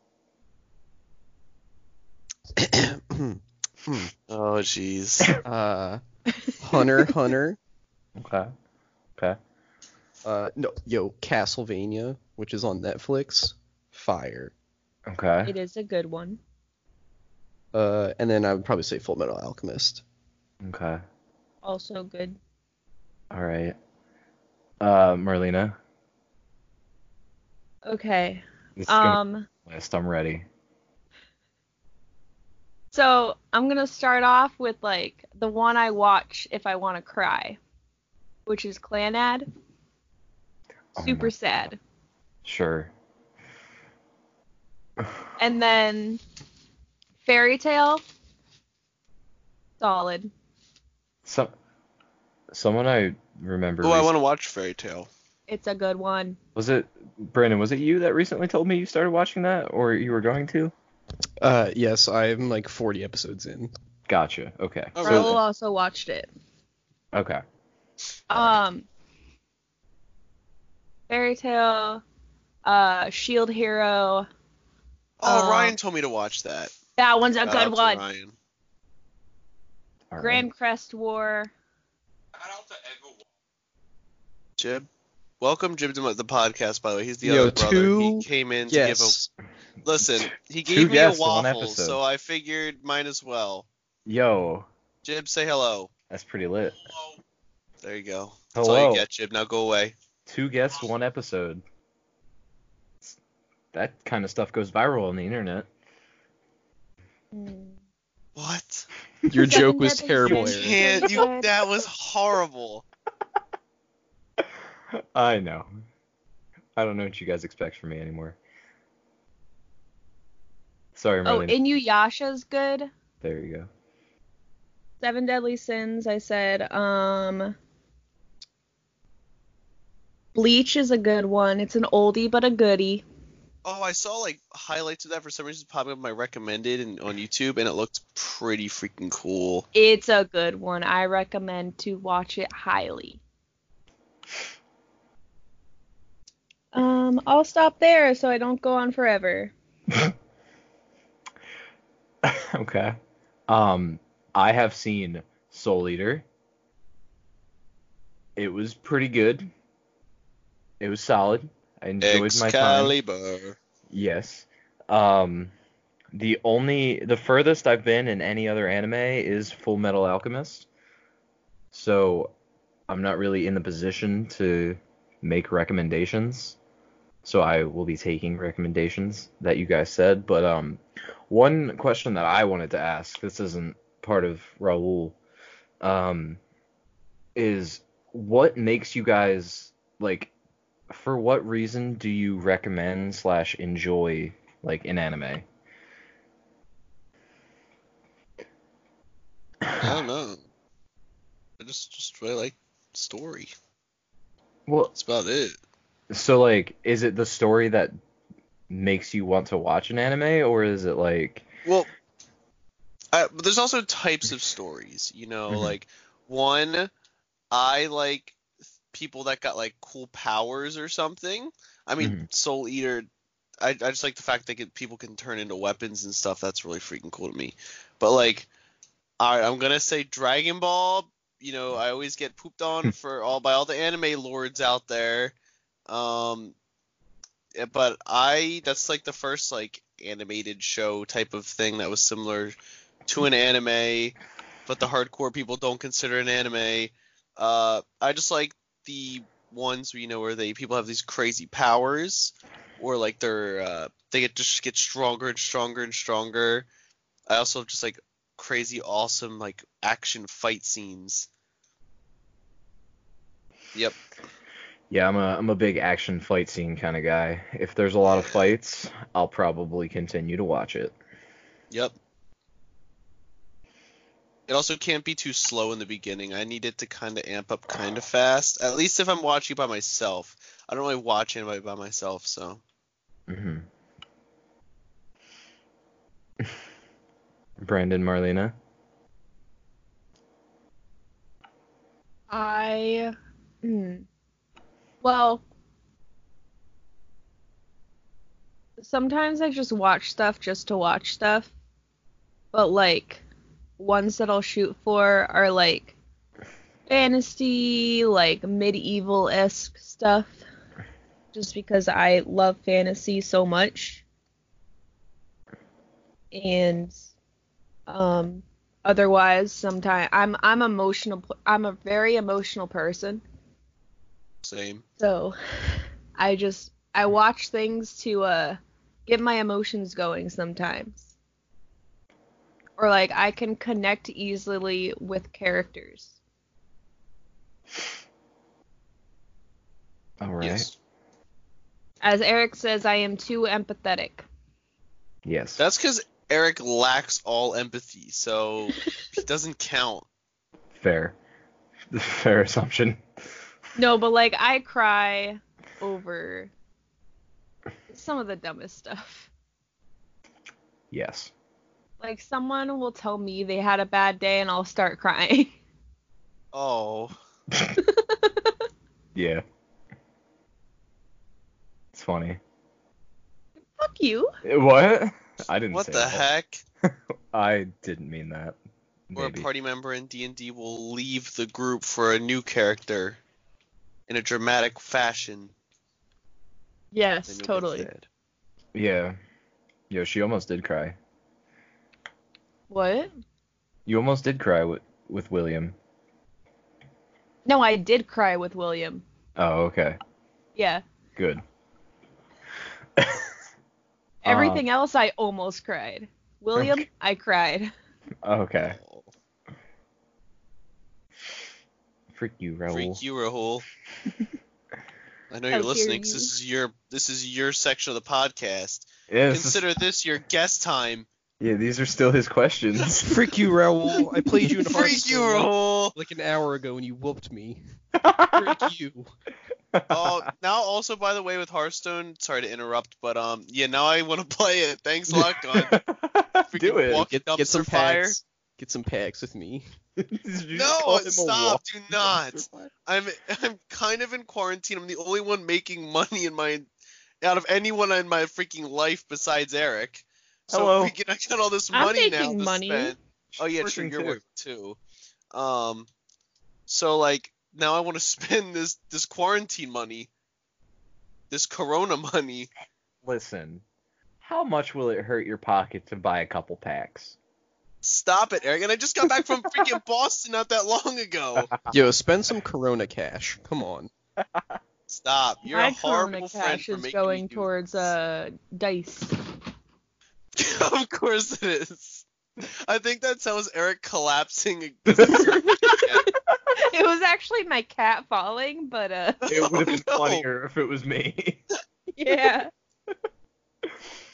C: Oh [laughs] jeez.
B: uh, Hunter, Hunter.
A: Okay. Okay.
B: Uh, no, yo, Castlevania, which is on Netflix. Fire.
A: Okay.
D: It is a good one.
B: Uh, and then I would probably say Full Metal Alchemist.
A: Okay.
D: Also good.
A: All right. Uh, Merlina,
D: Okay.
A: this is gonna
D: Um.
A: be the list. I'm ready.
D: So I'm gonna start off with like the one I watch if I want to cry, which is Clanad.
A: Oh my
D: Super
A: God.
D: sad.
A: Sure.
D: And then Fairy Tale. Solid.
A: Some someone I remember.
C: Oh, I
A: rec-
C: want to watch Fairy Tale.
D: It's a good one.
A: Was it Brandon? Was it you that recently told me you started watching that, or you were going to?
B: Uh, yes, I'm like 40 episodes in.
A: Gotcha. Okay.
C: Oh,
D: Raul
C: really?
D: also watched it.
A: Okay.
D: Um. Fairy Tale. Uh, Shield Hero.
C: Oh,
D: Uh,
C: Ryan told me to watch that.
D: That one's a
C: Shout out
D: good
C: to
D: one.
C: Ryan.
A: All right.
D: Grand Crest War.
C: Jib. Welcome Jib to my- the podcast. By the way, he's the
B: Yo,
C: other brother.
B: two
C: he came in
B: Yes.
C: to give a listen. He
A: Two
C: gave me a
A: guests in one
C: waffle,
A: episode.
C: so I figured might as well.
A: Yo,
C: Jib, say hello.
A: that's pretty lit.
C: There you go. That's all
A: Hello.
C: you get, Jib. Now go away.
A: Two guests, one episode. That kind of stuff goes viral on the internet.
C: What?
B: Your
D: Seven
B: joke was
D: Deadly
B: terrible,
D: Sins.
B: Eric.
C: Can't you? That was horrible.
A: [laughs] I know. I don't know what you guys expect from me anymore. Sorry,
D: Oh,
A: Merlin.
D: Inuyasha's good.
A: there you go. [laughs]
D: Seven Deadly Sins, I said. Um, Bleach is a good one. It's an oldie but a goodie.
C: Oh, I saw like highlights of that for some reason popping up in my recommended and on YouTube, and it looked pretty freaking cool.
D: It's a good one. I recommend to watch it highly. Um, I'll stop there so I don't go on forever.
A: okay. Um, I have seen Soul Eater. It was pretty good. It was solid. I enjoyed my time.
C: Excalibur.
A: Yes. Um, the only, the furthest I've been in any other anime is Full Metal Alchemist. So, I'm not really in the position to make recommendations. So I will be taking recommendations that you guys said. But um, one question that I wanted to ask, this isn't part of Raul, um, is what makes you guys like? For what reason do you recommend slash enjoy like an anime?
C: I don't know. I just just really like story.
A: Well,
C: That's about it.
A: So like, is it the story that makes you want to watch an anime, or is it like,
C: Well, I, but there's also types of stories, you know,
A: Mhm.
C: like one, I like people that got like cool powers or something. I mean, Soul Eater, I, I just like the fact that could, people can turn into weapons and stuff. That's really freaking cool to me. But like, all right, I'm gonna say Dragon Ball. You know, I always get pooped on for all by all the anime lords out there. Um, eh, but I that's like the first like animated show type of thing that was similar to an anime, but the hardcore people don't consider an anime. Uh, I just like the ones you know where they people have these crazy powers, or like they're uh, they get just get stronger and stronger and stronger. I also just like crazy awesome like action fight scenes. Yep.
A: yeah, I'm a I'm a big action fight scene kind of guy. If there's a lot of fights, I'll probably continue to watch it.
C: Yep. It also can't be too slow in the beginning. I need it to kind of amp up kind of fast. At least if I'm watching by myself. I don't really watch anybody by myself, so.
A: hmm [laughs] Brandon, Marlena.
D: I. Hmm. Well. Sometimes I just watch stuff just to watch stuff. But, like, ones that I'll shoot for are, like, fantasy, like, medieval esque stuff. Just because I love fantasy so much. And, um, otherwise sometimes i'm i'm emotional p- i'm a very emotional person
C: Same.
D: so i just i watch things to uh get my emotions going sometimes or like i can connect easily with characters
A: All right.
C: Yes.
D: as eric says i am too empathetic
A: Yes.
C: That's because Eric lacks all
A: [laughs]
C: empathy, so he doesn't count.
A: fair. [laughs] Fair assumption.
D: no but like i cry over some of the dumbest stuff
A: Yes.
D: like someone will tell me they had a bad day and i'll start crying [laughs]
C: Oh.
A: Yeah. It's funny. Uh,
D: fuck you
A: What? I didn't
C: What
A: say
C: the
A: that.
C: heck?
A: I didn't mean that.
C: Or a
A: Maybe.
C: party member in D&D will leave the group for a new character in a dramatic fashion.
D: Yes,
C: Then you'll get
D: totally.
C: sad.
A: Yeah. Yo, she almost did cry.
D: What?
A: You almost did cry with with William.
D: No, I did cry with William.
A: Oh, okay.
D: Yeah.
A: Good.
C: Oh.
D: Everything else, I almost cried. William,
A: Okay.
D: I cried.
A: Oh, Okay.
C: Oh.
A: Freak you, Raul.
C: Freak you, Rahul. I know
D: [laughs] How
C: you're
D: dare
C: listening 'cause
D: you.
C: this is your this is your section of the
B: [laughs]
C: podcast.
A: Yeah, this is-
C: Consider this your guest time.
A: yeah, these are still his
C: [laughs]
A: questions.
B: Freak you, Raoul. I played you in
C: Freak you,
B: [laughs] Hearthstone
C: Rahul.
B: like an hour ago and you whooped me. Freak you.
C: oh, now also by the way with Hearthstone, sorry to interrupt, but um, yeah, now I want to [laughs] play it. Thanks,
B: [laughs]
C: Lockon.
A: [laughs] Do it. [laughs]
C: Walk
B: Get,
C: dumpster
B: get some
C: fire.
B: packs. Get some packs with me.
C: No, stop! Do not. I'm [laughs] I'm kind of in quarantine. I'm the only one making money in my out of anyone in my freaking life besides Eric. So
A: Hello.
C: we can, I got all this
D: I'm
C: money now
D: making
C: to
D: money.
C: spend. Oh yeah, true.
A: Working
C: You're
A: too.
C: working too. Um, so like now I want to [laughs] spend this this quarantine money, this Corona money.
A: Listen, how much will it hurt your pocket to buy a couple
C: [laughs]
A: packs? [laughs]
C: Stop it, Eric. And I just got back from
D: [laughs]
C: freaking Boston not that long ago.
B: Yo, spend some Corona cash. Come on.
C: Stop. [laughs] You're
D: My
C: a horrible
D: karmic
C: friend
D: cash
C: for
D: is
C: making
D: going
C: me do
D: towards
C: this.
D: uh dice.
C: [laughs]
D: [laughs]
C: of course it is. I think that sounds Eric collapsing. it
D: it was actually my cat falling, but
C: [laughs]
D: uh [laughs]
C: Oh,
A: It would have been funnier if it was me. [laughs]
D: yeah.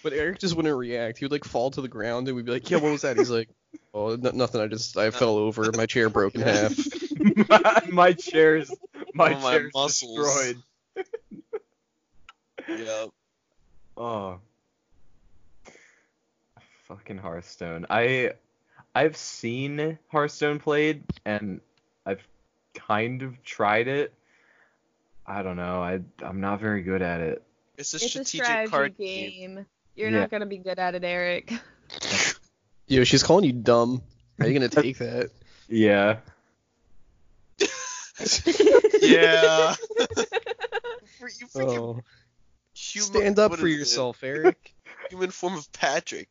B: But Eric just wouldn't react. He would like fall to the ground, and we'd be like, "Yeah, what was that?" He's like, [laughs] "Oh, n- nothing. I just I fell over. My chair
C: [laughs]
B: broke in half."
A: my, my chair's my
C: All Oh, my
A: chair's
C: muscles. [laughs]
A: destroyed.
C: Yeah.
A: Oh. Fucking Hearthstone. I I've seen Hearthstone played and I've kind of tried it. I don't know. I I'm not very good at it.
C: It's a
D: It's a
C: strategic
D: strategy
C: card
D: game.
C: game. [laughs]
D: You're
A: Yeah.
D: not gonna be good at it, Eric.
B: Yo, she's calling you dumb. How are you gonna
C: [laughs]
B: take that?
A: Yeah. [laughs]
C: [laughs] Yeah. For you freaking
B: Oh,
C: human,
B: stand up
C: what
B: for
C: is it?
B: yourself, Eric.
C: Human form of Patrick.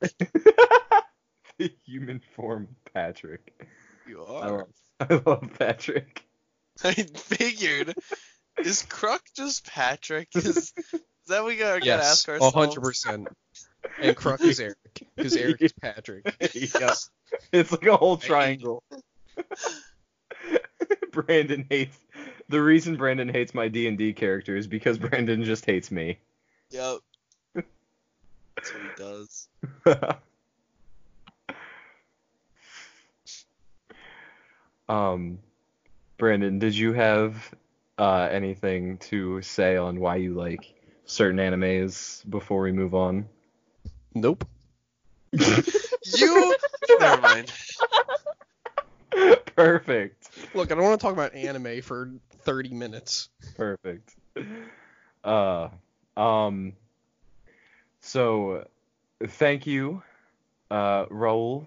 A: The human form Patrick. [laughs]
C: You
A: I
C: are.
A: love, I love Patrick.
C: I figured. Is Kruk just Patrick? Is, is that what we gotta, gotta
B: Yes,
C: ask ourselves?
B: hundred percent. [laughs] And Kruk is Eric, because Eric
C: [laughs]
B: is Patrick.
A: yeah. It's like a whole triangle. [laughs] Brandon hates the reason Brandon hates my D and D character is because Brandon just hates me. [laughs]
C: Yep. That's what he does.
A: um, Brandon, did you have uh, anything to say on why you like certain animes before we move on? [laughs]
B: Nope.
C: You. [laughs] Never mind.
A: Perfect.
B: Look, I don't want to talk about anime for 30 minutes.
A: Perfect. Uh, um, so thank you, uh, Raul,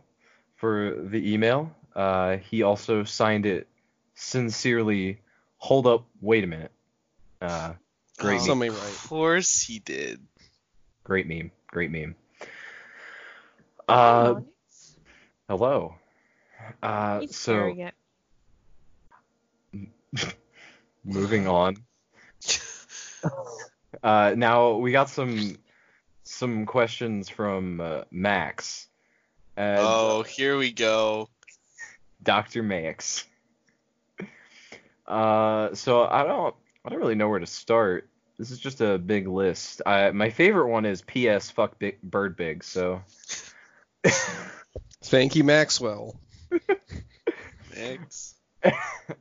A: for the email. Uh, he also signed it sincerely. Hold up, wait a minute. Uh, Great
C: Um,
B: Something
C: Of
B: right.
C: course he did.
A: great meme, great meme. Uh, hello. Uh,
D: He's
A: so
D: staring at
A: moving on. Uh, now we got some some questions from uh, Max. And,
C: oh, here we go.
A: Dr. Max. [laughs] Uh, so I don't I don't really know where to start. This is just a big list. I, my favorite one is P.S. Fuck big, Bird Big. So [laughs]
B: Thank you, Maxwell.
C: Max.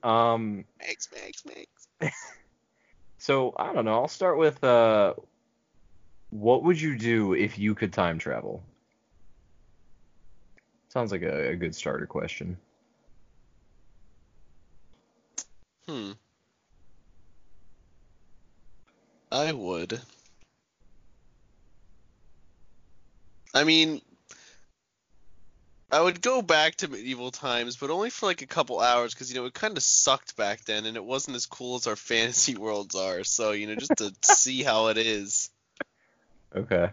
A: um
C: Max, Max, Max.
A: so I don't know. I'll start with uh what would you do if you could time travel? Sounds like a, a good starter question.
C: Hmm. I would. I mean, I would go back to medieval times, but only for like a couple hours, because you know it kind of sucked back then, and it wasn't as cool as our [laughs] fantasy worlds are. So you know, just to see how it is.
A: Okay.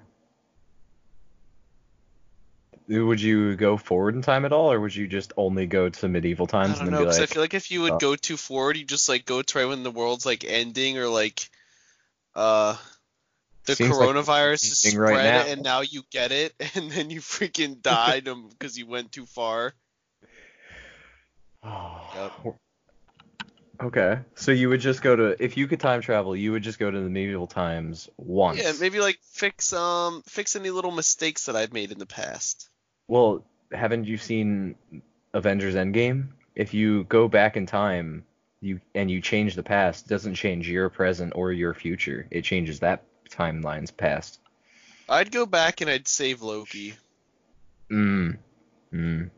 A: Would you go forward in time at all, or would you just only go to medieval
C: I
A: times
C: don't
A: and
C: know,
A: then be
C: because
A: like,
C: I feel like if you would
A: Oh.
C: go too forward, you just like go to right when the world's like ending or like, uh, the
A: Seems like
C: coronavirus is
A: ending
C: spread
A: right now.
C: and now you get it, [laughs] and then
A: [laughs]
C: you freaking died because you went too far.
A: Oh. [sighs] Okay. So you would just go to if you could time travel, you would just go to the medieval times once.
C: Yeah, maybe like fix um fix any little mistakes that I've made in the past.
A: Well, haven't you seen Avengers Endgame? If you go back in time, you and you change the past doesn't change your present or your future. It changes that timeline's past.
C: I'd go back and I'd save Loki
A: Mm. Mm.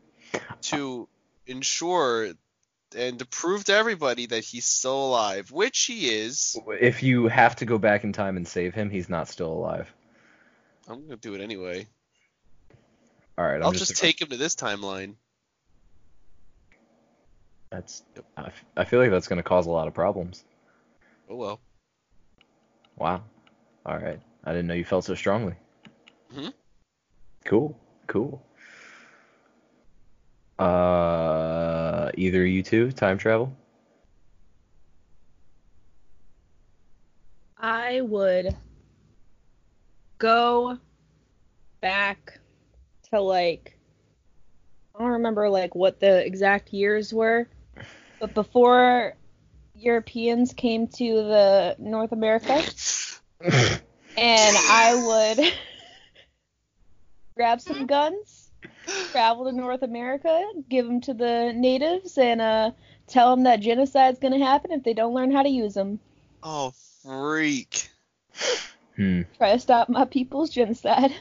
C: to ensure and to prove to everybody that he's still alive, which he is.
A: If you have to go back in time and save him, he's not still alive.
C: I'm gonna do it anyway.
A: All right, I'm
C: I'll just take him to this timeline.
A: That's. I f- I feel like that's gonna cause a lot of problems.
C: Oh well.
A: Wow. All right. I didn't know you felt so strongly.
C: Mhm.
A: Cool. Cool. Uh, either you two time travel.
D: I would go back to like I don't remember like what the exact years were, but before Europeans came to the North America, and I would [laughs] grab some guns, travel to North America, give them to the natives, and uh, tell them that genocide's gonna happen if they don't learn how to use them.
C: Oh freak.
A: Hmm.
D: Try to stop my people's genocide.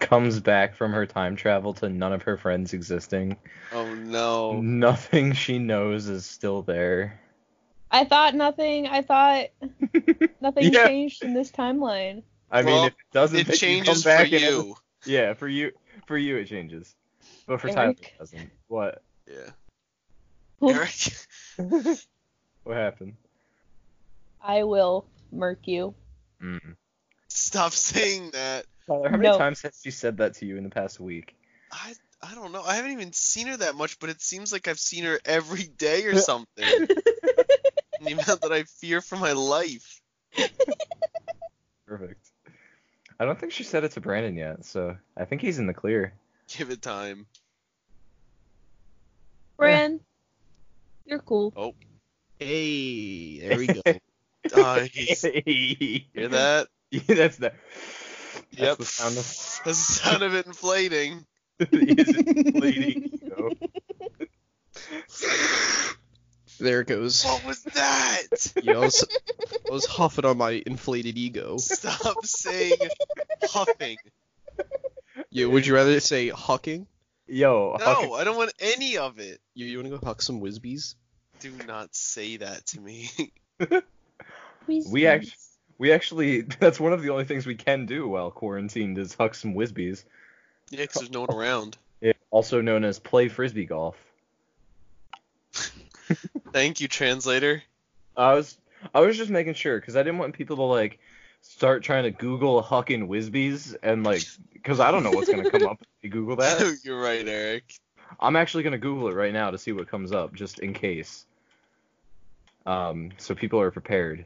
A: Comes back from her time travel to none of her friends existing.
C: Oh no.
A: Nothing she knows is still there.
D: I thought nothing. I [laughs] thought nothing
A: Yeah.
D: changed in this timeline.
A: I mean,
C: Well,
A: if it doesn't,
C: It
A: make you
C: changes
A: come
C: for
A: back and-
C: you.
A: yeah, for you, for you it changes, but for Tyler
D: Eric.
A: it doesn't. What?
C: Yeah.
D: Oof,
C: Eric. [laughs]
A: What happened?
D: I will murk you.
A: Mm.
C: Stop saying that.
A: Tyler, how
D: No.
A: many times has she said that to you in the past week?
C: I I don't know. I haven't even seen her that much, but it seems like I've seen her every day or
B: [laughs]
C: something. the amount that I fear for my life.
A: Perfect. I don't think she said it to Brandon yet, so I think he's in the clear.
C: Give it time.
D: Bran, you're cool.
B: Hey, there we go.
C: [laughs] Uh, hear
A: [laughs]
B: [laughs]
A: Hear
C: [laughs] that?
A: That's the.
C: Yep.
A: That's the sound of
C: [laughs] That's the sound of it inflating.
A: [laughs] is
D: [laughs]
A: bleeding. You know?
B: there it goes.
C: What
A: [laughs]
C: was that?
B: You know, I was, I was huffing on my inflated ego.
C: Stop saying huffing.
B: Yeah, would you rather say hucking?
A: Yo,
C: No, I don't want any of it.
B: You, you want to go huck some Whisbees?
C: Do not say that to me. [laughs]
D: Please,
A: We
D: please.
A: act- we actually [laughs] that's one of the only things we can do while quarantined is huck some Whisbees,
C: yeah, 'cause there's no one around.
A: Yeah, also known as play frisbee golf.
C: Thank you, translator.
A: I was I was just making sure because I didn't want people to like start trying to Google hucking Whisbees and like because I don't know what's gonna come up if you Google that.
C: [laughs] You're right, Eric.
A: I'm actually gonna Google it right now to see what comes up just in case. Um, so people are prepared.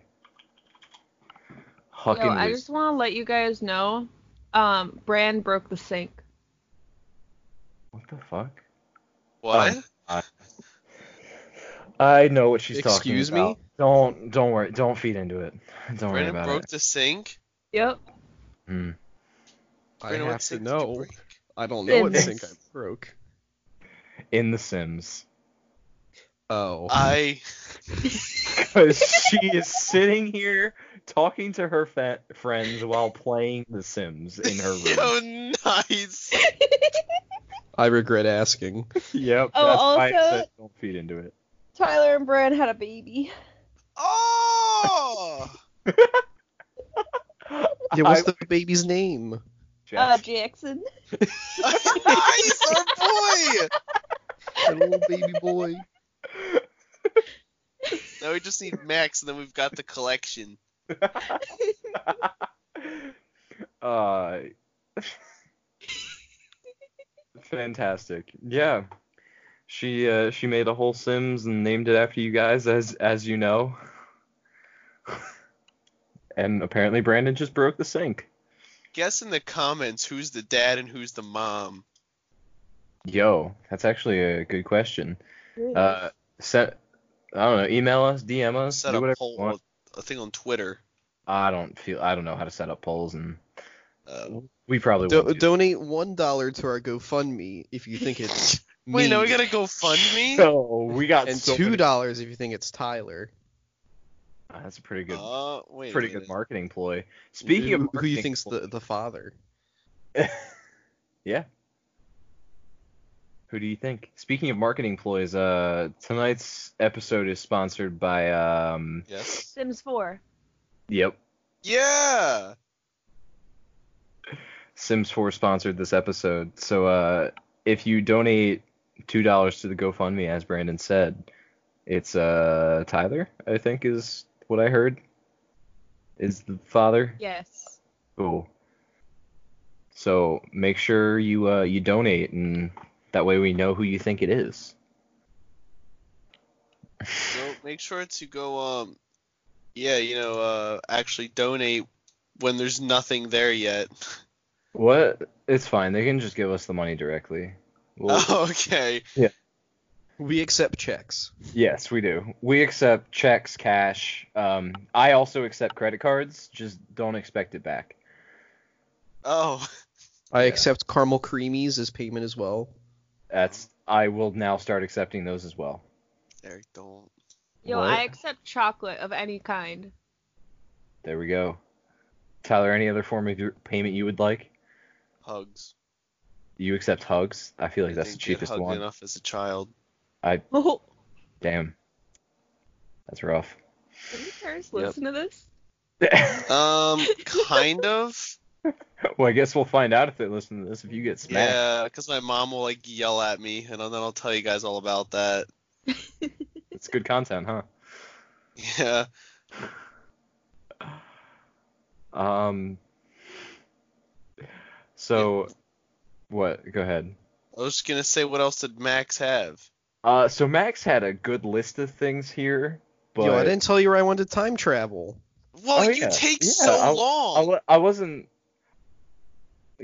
A: Hucking
D: Yo, I
A: Whis-
D: just want to let you guys know, um, Bran broke the sink.
A: What the fuck? Oh,
C: What?
A: I know what she's talking
B: Excuse me?
A: about. Don't don't worry. Don't feed into it. [laughs] Don't worry
C: Brandon
A: about
C: broke
A: it.
C: the sink.
D: Yep.
A: Hmm.
B: I
C: Brandon, what
B: have to
C: sink did you
B: know.
C: break?
B: I don't know what
A: Sims.
B: sink I broke.
A: In The Sims.
B: Oh.
A: [laughs]
C: I [laughs]
A: Because she is sitting here talking to her fa- friends while playing The Sims in
B: [laughs]
A: her room.
C: Yo, Oh, nice. [laughs]
B: I regret asking.
A: yep.
D: Oh,
A: that's why I
D: also-
A: said don't feed into it.
D: Tyler and Bran had a baby.
C: Oh. [laughs]
B: Yeah, what's
A: I-
B: the baby's name?
D: Uh,
A: Jack,
D: [laughs] Jackson.
C: nice, our boy.
B: That little baby [laughs] boy.
C: Now we just need Max, and then we've got the collection.
A: [laughs] uh, fantastic. Yeah. She uh, she made a whole Sims and named it after you guys as as you know. [laughs] and apparently Brandon just broke the sink.
C: Guess in the comments who's the dad and who's the mom.
A: Yo, that's actually a good question. Uh send I don't know, email us, DM us,
C: Set
A: do
C: a
A: whatever you
C: poll,
A: want.
C: a thing on Twitter.
A: I don't feel I don't know how to set up polls and
C: Uh,
A: we probably
B: Do-
A: won't do that.
B: [laughs] donate one dollar to our GoFundMe if you think it's
C: Wait, now we gotta go fund
A: [laughs]
C: me?
A: So we got
B: and
A: so
B: two
A: many-
B: dollars if you think it's Tyler.
A: That's a pretty good,
C: Uh, wait a
A: pretty good
C: minute.
A: marketing ploy. Speaking
B: who,
A: of
B: who you
A: marketing
B: think's
A: ploy-
B: the, the father?
A: yeah. Who do you think? Speaking of marketing ploys, uh, tonight's episode is sponsored by um,
C: Yes.
D: Sims 4.
A: yep,
C: Yeah.
A: Sims 4 sponsored this episode. So uh, if you donate two dollars to the GoFundMe, as Brandon said, it's uh Tyler, I think is what I heard, is the father.
D: Yes.
A: Cool. So make sure you uh, you donate, and that way we know who you think it is.
C: So make sure to go. Um, yeah, you know, uh, actually donate when there's nothing there yet.
A: What? It's fine. They can just give us the money directly. We'll-
C: [laughs] Oh. okay.
B: We accept checks.
A: Yes, we do. We accept checks, cash. Um, I also accept credit cards. Just don't expect it back.
C: Oh,
B: I
A: Yeah.
B: accept caramel creamies as payment as well.
A: That's. I will now start accepting those as well.
C: Eric, don't.
D: Yo,
A: What?
D: I accept chocolate of any [laughs] kind.
A: There we go. Tyler, any other form of your payment you would like?
C: Hugs.
A: You accept hugs? I feel like that's the
C: Didn't get
A: cheapest
C: hugged
A: one.
C: Enough as a child.
D: Oh,
A: Damn. That's rough. [laughs]
D: did the parents listen to this?
C: Um, kind
A: [laughs]
C: of.
A: well, I guess we'll find out if they listen to this. If you get smashed,
C: Yeah, because my mom will like yell at me, and then I'll tell you guys all about that. [laughs]
A: it's good content, huh?
C: Yeah.
A: Um. So, what? Go ahead.
C: I was just gonna say, what else did Max have?
A: Uh, so Max had a good list of things here, but
B: Yo, I didn't tell you where I wanted to time travel.
C: Well,
A: Oh,
C: you
A: yeah.
C: take
A: Yeah,
C: so
A: I-
C: long.
A: I wa- I wasn't.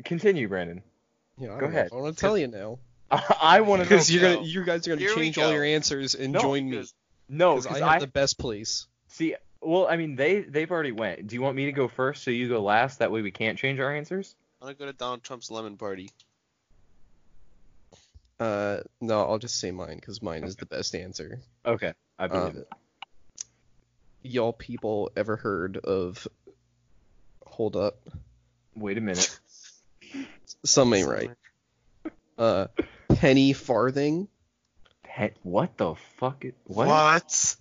A: Continue, Brandon. [laughs]
B: You know, I
A: Go
B: don't know
A: ahead.
B: if I want to tell you now
A: I, I
B: [laughs]
A: want to know.
B: because you're
C: go.
B: gonna, you guys are gonna
C: Here we
B: change all
C: go.
B: your answers and
A: No,
B: join me
A: No,
B: because
A: because
B: I
A: Oh, I,
B: have the best place.
A: see. Well, I mean, they they've already went. Do you want me to go first so you go last? That way we can't change our answers.
C: I'm gonna go to Donald Trump's lemon party.
B: Uh, no, I'll just say mine because mine is the best answer.
A: Okay, I believe
B: Um,
A: it.
B: Y'all people ever heard of? Hold up,
A: Wait a minute.
B: some ain't right. Uh, penny farthing.
A: Pe- what the fuck? Is,
C: What?
A: what?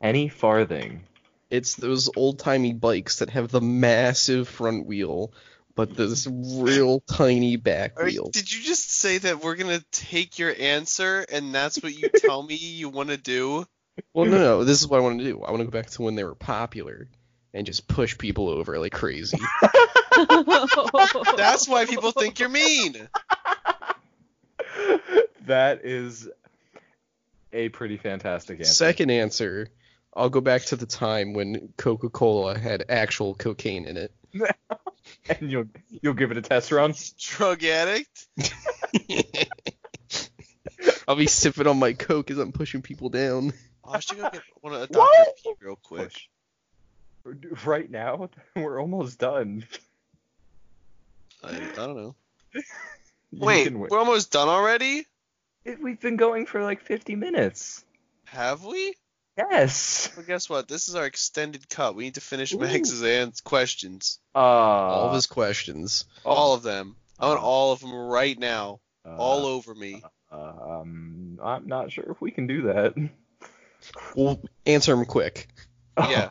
A: Penny farthing.
B: It's those old timey bikes that have the massive front wheel, but this real tiny back
C: Are-
B: wheel.
C: did you just say that we're gonna take your answer and that's what you tell me you want to do?
B: Well, no, no, this is what I want to do. I want to go back to when they were popular and just push people over like crazy.
C: That's why people
D: [laughs]
C: think you're mean.
A: [laughs] that is a pretty fantastic answer.
B: Second answer, I'll go back to the time when Coca-Cola had actual cocaine in it.
A: [laughs] and you'll you'll give it a test run.
C: Drug addict.
B: I'll be sipping on my Coke as I'm pushing people down.
C: Oh, I should go get one of a Dr.
A: What?
C: P real quick.
A: Push. Right now, [laughs] we're almost done. [laughs]
C: I, I don't know.
A: You
C: Wait,
A: can
C: we're almost done already.
A: It- we've been going for like 50 minutes.
C: Have we? [laughs]
A: Yes.
C: Well, guess what? This is our extended cut. We need to finish
A: Ooh.
C: Max's ans- questions.
A: Uh,
B: All of his questions.
C: All of them. I want
A: Uh,
C: all of them right now. all over me.
A: Um, I'm not sure if we can do that. [laughs]
B: We'll answer them quick.
A: [laughs]
C: Yeah.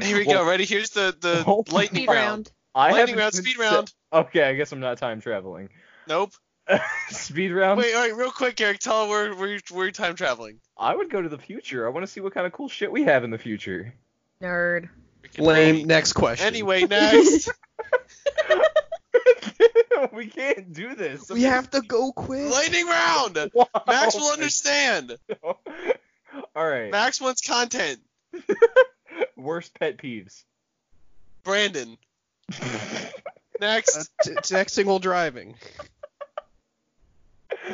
C: Here we
A: Well-
C: go. Ready? Here's the, the
A: Well-
C: lightning
D: Speed
C: round.
D: round.
A: I
C: Lightning
A: haven't
C: round,
A: even
C: speed
A: said-
C: round.
A: Okay, I guess I'm not time
C: [laughs]
A: traveling.
C: Nope.
A: speed round.
C: Wait, all right, real quick, Eric. Tell her where we're, we're time traveling.
A: I would go to the future. I want to see what kind of cool shit we have in the future. [laughs]
D: Nerd.
C: Freaking
B: Lame.
C: right.
B: Next question.
C: Anyway,
A: [laughs]
C: next.
A: we can't do this.
B: we have to go quick.
C: lightning round.
A: Wow.
C: Max will understand.
A: [laughs] All right.
C: Max wants content.
A: Worst pet
C: [laughs]
A: peeves.
C: Brandon.
B: Uh,
C: Next.
B: t- texting
A: [laughs]
B: while driving.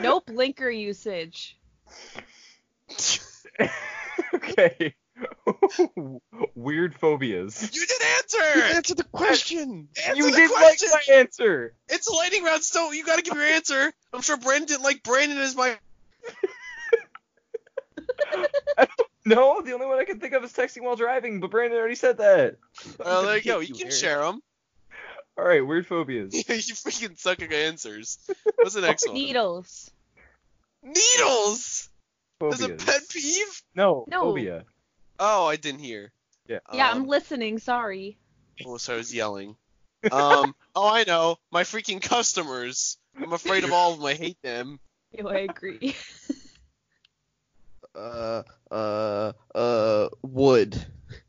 D: No blinker usage.
A: okay. [laughs] Weird phobias.
C: You didn't answer.
B: Answer the question.
C: Answer
A: you
C: the
A: did
C: question.
A: like my answer. [laughs]
C: It's a lightning round, so you got to give your answer. I'm sure Brandon didn't like Brandon as my
A: No, the only one I can think of is texting while driving, but Brandon already said that.
C: Oh, there you go. You can share them.
A: All right, weird phobias.
C: [laughs] you freaking suck at answers. What's the next
D: [laughs]
C: one?
D: Needles.
C: Needles. There's a
A: Phobias.
C: pet peeve.
A: No,
C: [laughs]
D: No.
A: phobia. [laughs]
C: Oh, I didn't hear.
A: Yeah.
D: Yeah,
C: Um,
D: I'm listening. Sorry.
C: Oh, so I was
B: [laughs]
C: yelling. Um. oh, I know. My freaking customers. I'm afraid of all of them. I hate them.
D: Ew, I
C: [laughs]
D: agree.
B: Uh, uh, uh, wood.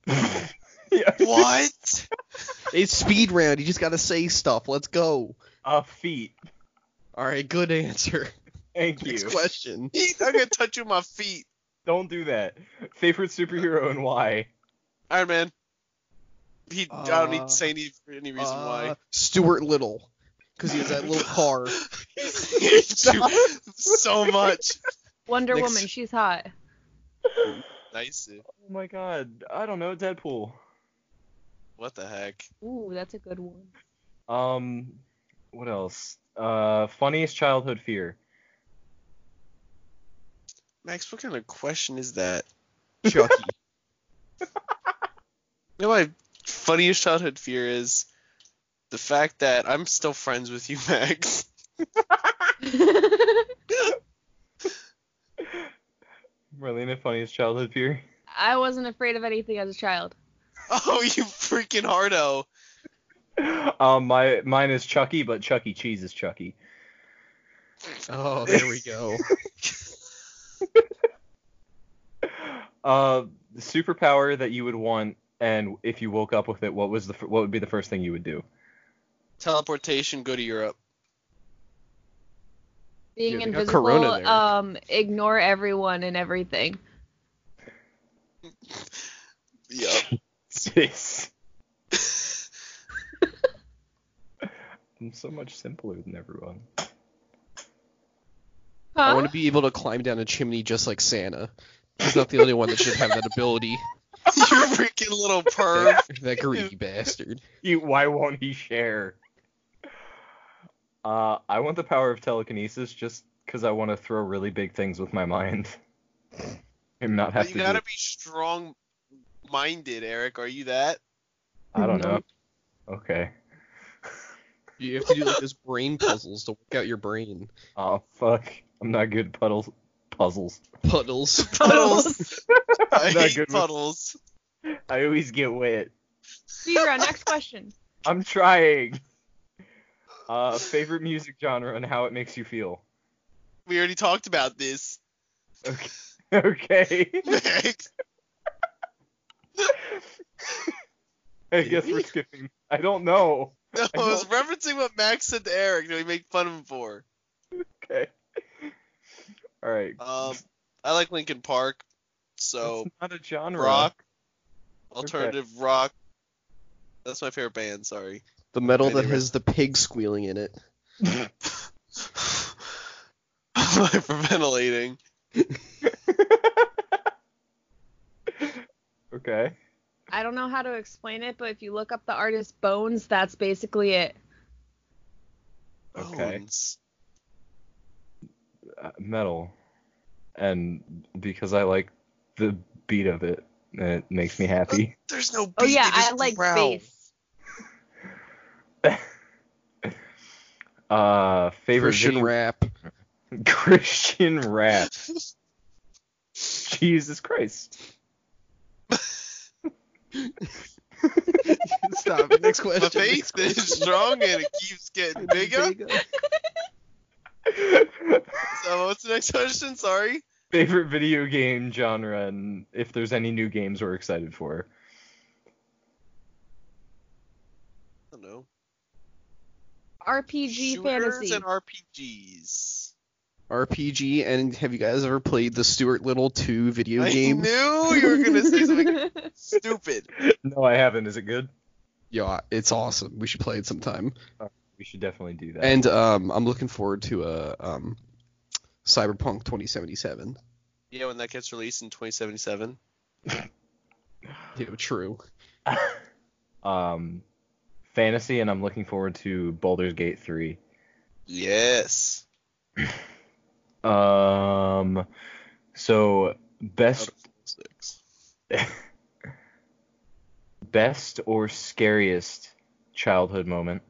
A: yeah.
C: [laughs] What?
B: It's speed round. You just gotta say stuff. Let's go.
A: A feet.
B: All right, good answer.
A: Thank
B: Next
A: you.
B: question.
C: I'm gonna touch you with my feet.
A: Don't do that. Favorite superhero and
C: [laughs]
A: why?
C: Iron Man. He. I don't need
B: Uh,
C: to say any any reason why. [laughs]
B: Uh, Stuart Little, because he has that little [laughs] car.
C: so much.
D: Wonder
B: Next-
D: Woman, she's hot.
C: Nice.
A: Oh my god. I don't know, Deadpool.
C: What the heck?
D: Ooh, that's a good
C: [laughs]
D: one.
A: Um what else? Uh funniest childhood fear.
C: Max, what kind of question is that?
B: Chucky.
C: You know what my funniest childhood fear is? The fact that I'm still friends with you, [laughs] Max.
A: Marlena, funniest childhood fear. [laughs]
D: I wasn't afraid of anything as a child.
C: Oh, you freaking hardo.
A: Um my mine is Chucky, but Chuck E. Cheese is Chucky.
B: oh, there we go.
A: Uh superpower that you would want and if you woke up with it, what was the fir- what would be the first thing you would do?
C: Teleportation, go to Europe.
D: Being
B: Yeah, they got
D: invisible,
B: Corona there.
D: um, ignore everyone and everything.
C: Yup.
A: Sis. I'm so much simpler than everyone.
B: I
D: Huh? [laughs]
B: want to be able to climb down a chimney just like Santa. He's not the only one that should have that ability.
C: [laughs] you freaking little perv.
B: That, that greedy bastard.
A: You, why won't he share? Uh, I want the power of telekinesis just because I want to throw really big things with my mind [laughs] and not have
C: you
A: to.
C: gotta
A: do,
C: be strong minded, Eric. Are you
D: [laughs]
C: that?
A: I don't
C: [laughs]
D: No.
A: know. Okay.
B: You have to do like those brain puzzles to work out your brain.
A: Oh fuck! I'm not good at puddles puzzles.
B: Puddles.
C: Puddles. I
A: I'm not
C: hate
A: good with-
C: puddles.
A: I always get wet.
D: Zero, next question.
A: I'm trying. Uh, favorite music genre and how it makes you feel. [laughs]
C: We already talked about this. [laughs]
A: Okay.
C: Max.
A: I guess we're skipping. I don't know.
C: No, I was referencing what Max said to Eric that we made fun of him for.
A: Okay. All right.
C: Um, I like Linkin Park, so
A: [laughs] It's not a genre.
C: rock, alternative rock. That's my favorite band. Sorry. [laughs]
B: The metal
C: Okay,
B: that
C: they
B: has the pig squealing in it.
C: I'm [laughs] hyperventilating.
A: Okay.
D: I don't know how to explain it, but if you look up the artist Bones, that's basically it.
B: Oh,
A: Okay.
C: Bones.
A: Uh, metal. And because I like the beat of it, and it makes me happy.
C: There's no. Beat,
D: Oh yeah,
C: they
D: I
C: just
D: like
C: growl.
D: bass.
A: Uh, favorite
B: Christian
A: video-
B: rap.
A: [laughs] Christian rap. Jesus Christ. [laughs]
B: Stop. [laughs] Next question.
C: My faith is strong and it keeps getting bigger. So what's the next question? Sorry.
A: favorite video game genre, and if there's any new games we're excited for.
C: I don't know.
D: RPG
C: Shooters
D: fantasy.
C: and RPGs.
B: RPG. And have you guys ever played the Stuart Little 2 video
C: I
B: game?
C: knew you were gonna say
D: [laughs]
C: something stupid.
A: No, I haven't. Is it good?
B: Yeah, it's awesome. We should play it sometime.
A: We should definitely do that.
B: And um, I'm looking forward to uh, um, Cyberpunk 2077.
C: Yeah, when that gets released in 2077.
B: Yeah, true.
A: [laughs] um, fantasy, and I'm looking forward to Baldur's Gate 3.
C: Yes.
A: Um, so best
C: Six.
A: best or scariest childhood moment.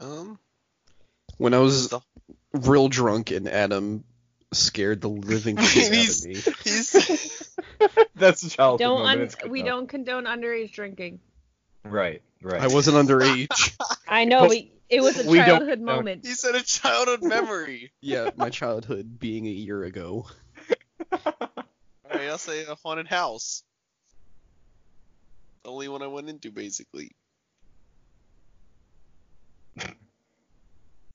C: Um,
B: When I was real drunk and Adam scared
C: [laughs]
B: the living shit out of me.
C: he's
A: [laughs]
C: [laughs]
A: That's a childhood
D: Don't
A: moment.
D: un-
A: it's good
D: we
A: enough.
D: don't condone underage drinking.
A: Right, right.
B: I wasn't underage.
D: I know,
A: Well,
D: but it was a
A: we don't
D: childhood
A: condone-
D: moment.
C: he said a childhood memory.
B: yeah, my childhood being a year ago.
C: All right, I'll say a haunted house. The only one I went into, basically.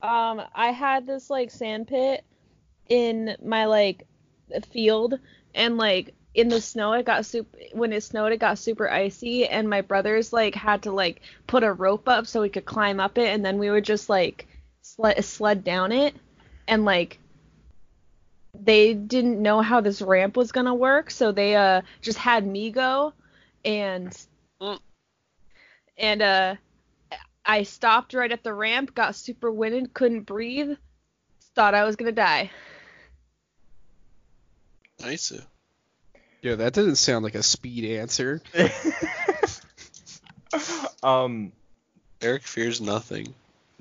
D: um i had this like sand pit in my like field and like in the snow it got super when it snowed it got super icy and my brothers like had to like put a rope up so we could climb up it and then we would just like sled, sled down it and like they didn't know how this ramp was gonna work so they uh just had me go and
C: Mm.
D: and uh I stopped right at the ramp, got super winded, couldn't breathe, thought I was gonna die.
C: Nice.
B: Yeah, that didn't sound like a speed answer.
A: [laughs] um,
C: Eric fears nothing.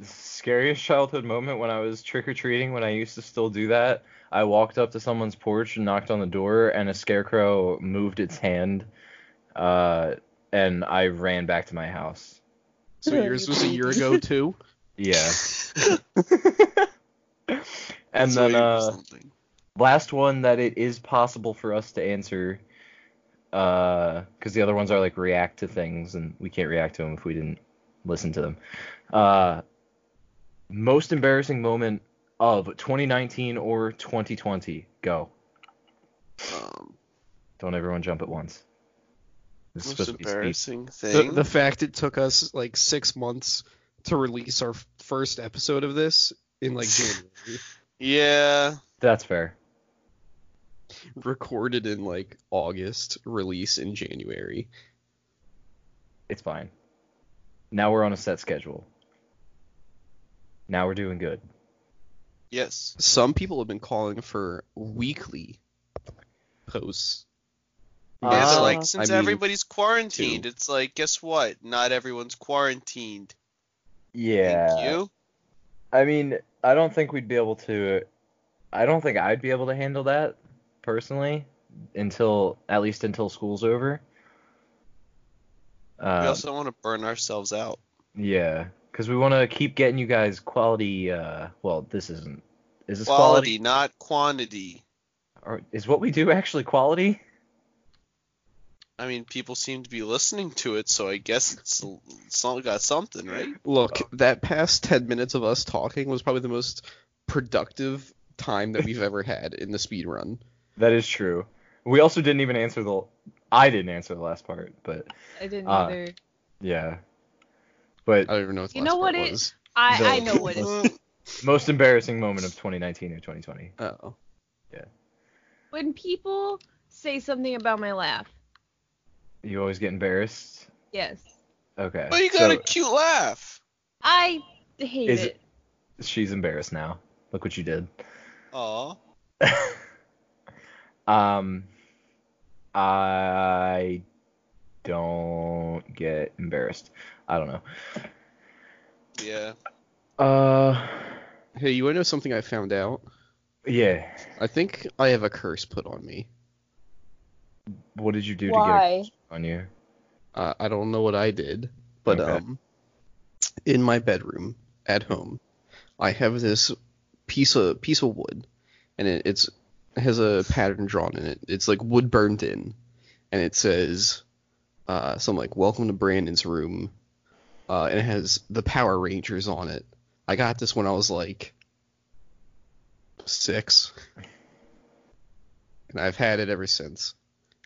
A: scariest childhood moment when I was trick or treating when I used to still do that. I walked up to someone's porch and knocked on the door, and a scarecrow moved its hand, uh, and I ran back to my house.
B: So yours was a year ago too.
A: [laughs] Yeah.
C: and
A: and then uh, last one that it is possible for us to answer, because the other ones are like react to things, and we can't react to them if we didn't listen to them. Uh, most embarrassing moment of 2019 or 2020? Go.
C: um,
A: Don't everyone jump at once. This is
C: most
A: supposed to be speech.
C: embarrassing
B: The,
C: thing.
B: the fact it took us like six months to release our f- first episode of this in like January,
C: Yeah.
A: That's fair.
B: recorded in like August, release in January.
A: It's fine. Now we're on a set schedule. Now we're doing good.
C: Yes.
B: Some people have been calling for weekly posts.
A: Yeah,
C: yeah,
A: Uh,
C: so,
A: I
C: like since
B: mean,
C: everybody's quarantined, it's like guess what? Not everyone's quarantined.
A: Yeah.
C: Thank you.
A: I mean, I don't think we'd be able to. I don't think I'd be able to handle that personally until at least until school's over.
C: we
A: Uh,
C: also want to burn ourselves out.
A: yeah, because we want to keep getting you guys quality. Uh, well, this isn't. Is this quality?
C: Quality, not quantity.
A: or is what we do actually quality?
C: I mean, people seem to be listening to it, so I guess it's, it's all got something, right?
B: Look, that past 10 minutes of us talking was probably the most productive time that we've ever had in the speed run.
A: That is true. We also didn't even answer the. I didn't answer the last part, but
D: I didn't
A: Ah.
D: either.
A: yeah.
B: I
A: But
B: don't even know what the
D: You
B: last
D: know what
B: part
D: it-
B: was.
D: I,
A: No.
D: I know what it is.
C: Mm,
A: most embarrassing moment of 2019 or 2020.
B: Oh.
D: When people say something about my laugh,
A: You always get embarrassed.
D: yes.
A: Okay.
C: but you
A: so-
C: got a cute laugh.
D: I hate
A: Is
D: it.
A: She's embarrassed now. Look what you did.
C: Aw.
A: um, I don't get embarrassed. I don't know.
C: Yeah.
A: Uh,
B: Hey, you want to know something I found out?
A: yeah.
B: I think I have a curse put on me.
A: What did you do to
D: Why?
A: get on you?
B: Uh, I don't know what I did, but
A: Okay.
B: um, in my bedroom at home, I have this piece of piece of wood, and it, it's it has a pattern drawn in it. It's like wood burned in, and it says uh, something like "Welcome to Brandon's room," uh, and it has the Power Rangers on it. I got this when I was like six, and I've had it ever since.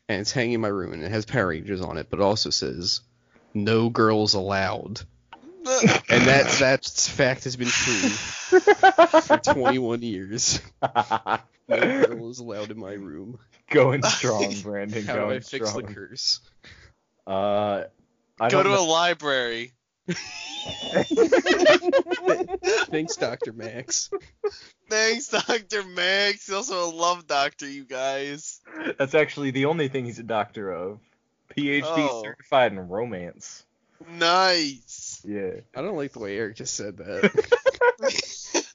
B: And it's hanging in my room, and it has Power Rangers on it, but it also says "No girls allowed." And
A: [laughs]
B: that that fact has been true
C: [laughs]
B: for
A: [laughs]
B: 21 years. No girl is allowed in my room.
A: going
C: [laughs]
A: strong, Brandon.
B: How do
A: going
B: I fix
A: strong.
B: the curse?
A: Uh, I don't
C: Go to
A: know. [laughs]
C: a library.
B: Thanks, Dr. Max.
C: Thanks, [laughs] Dr. Max. He's also a love doctor, you guys.
A: That's actually the only thing he's a doctor of. PhD
C: Oh.
A: certified in romance.
C: Nice.
A: Yeah.
B: I don't like the way Eric just said that.
A: [laughs]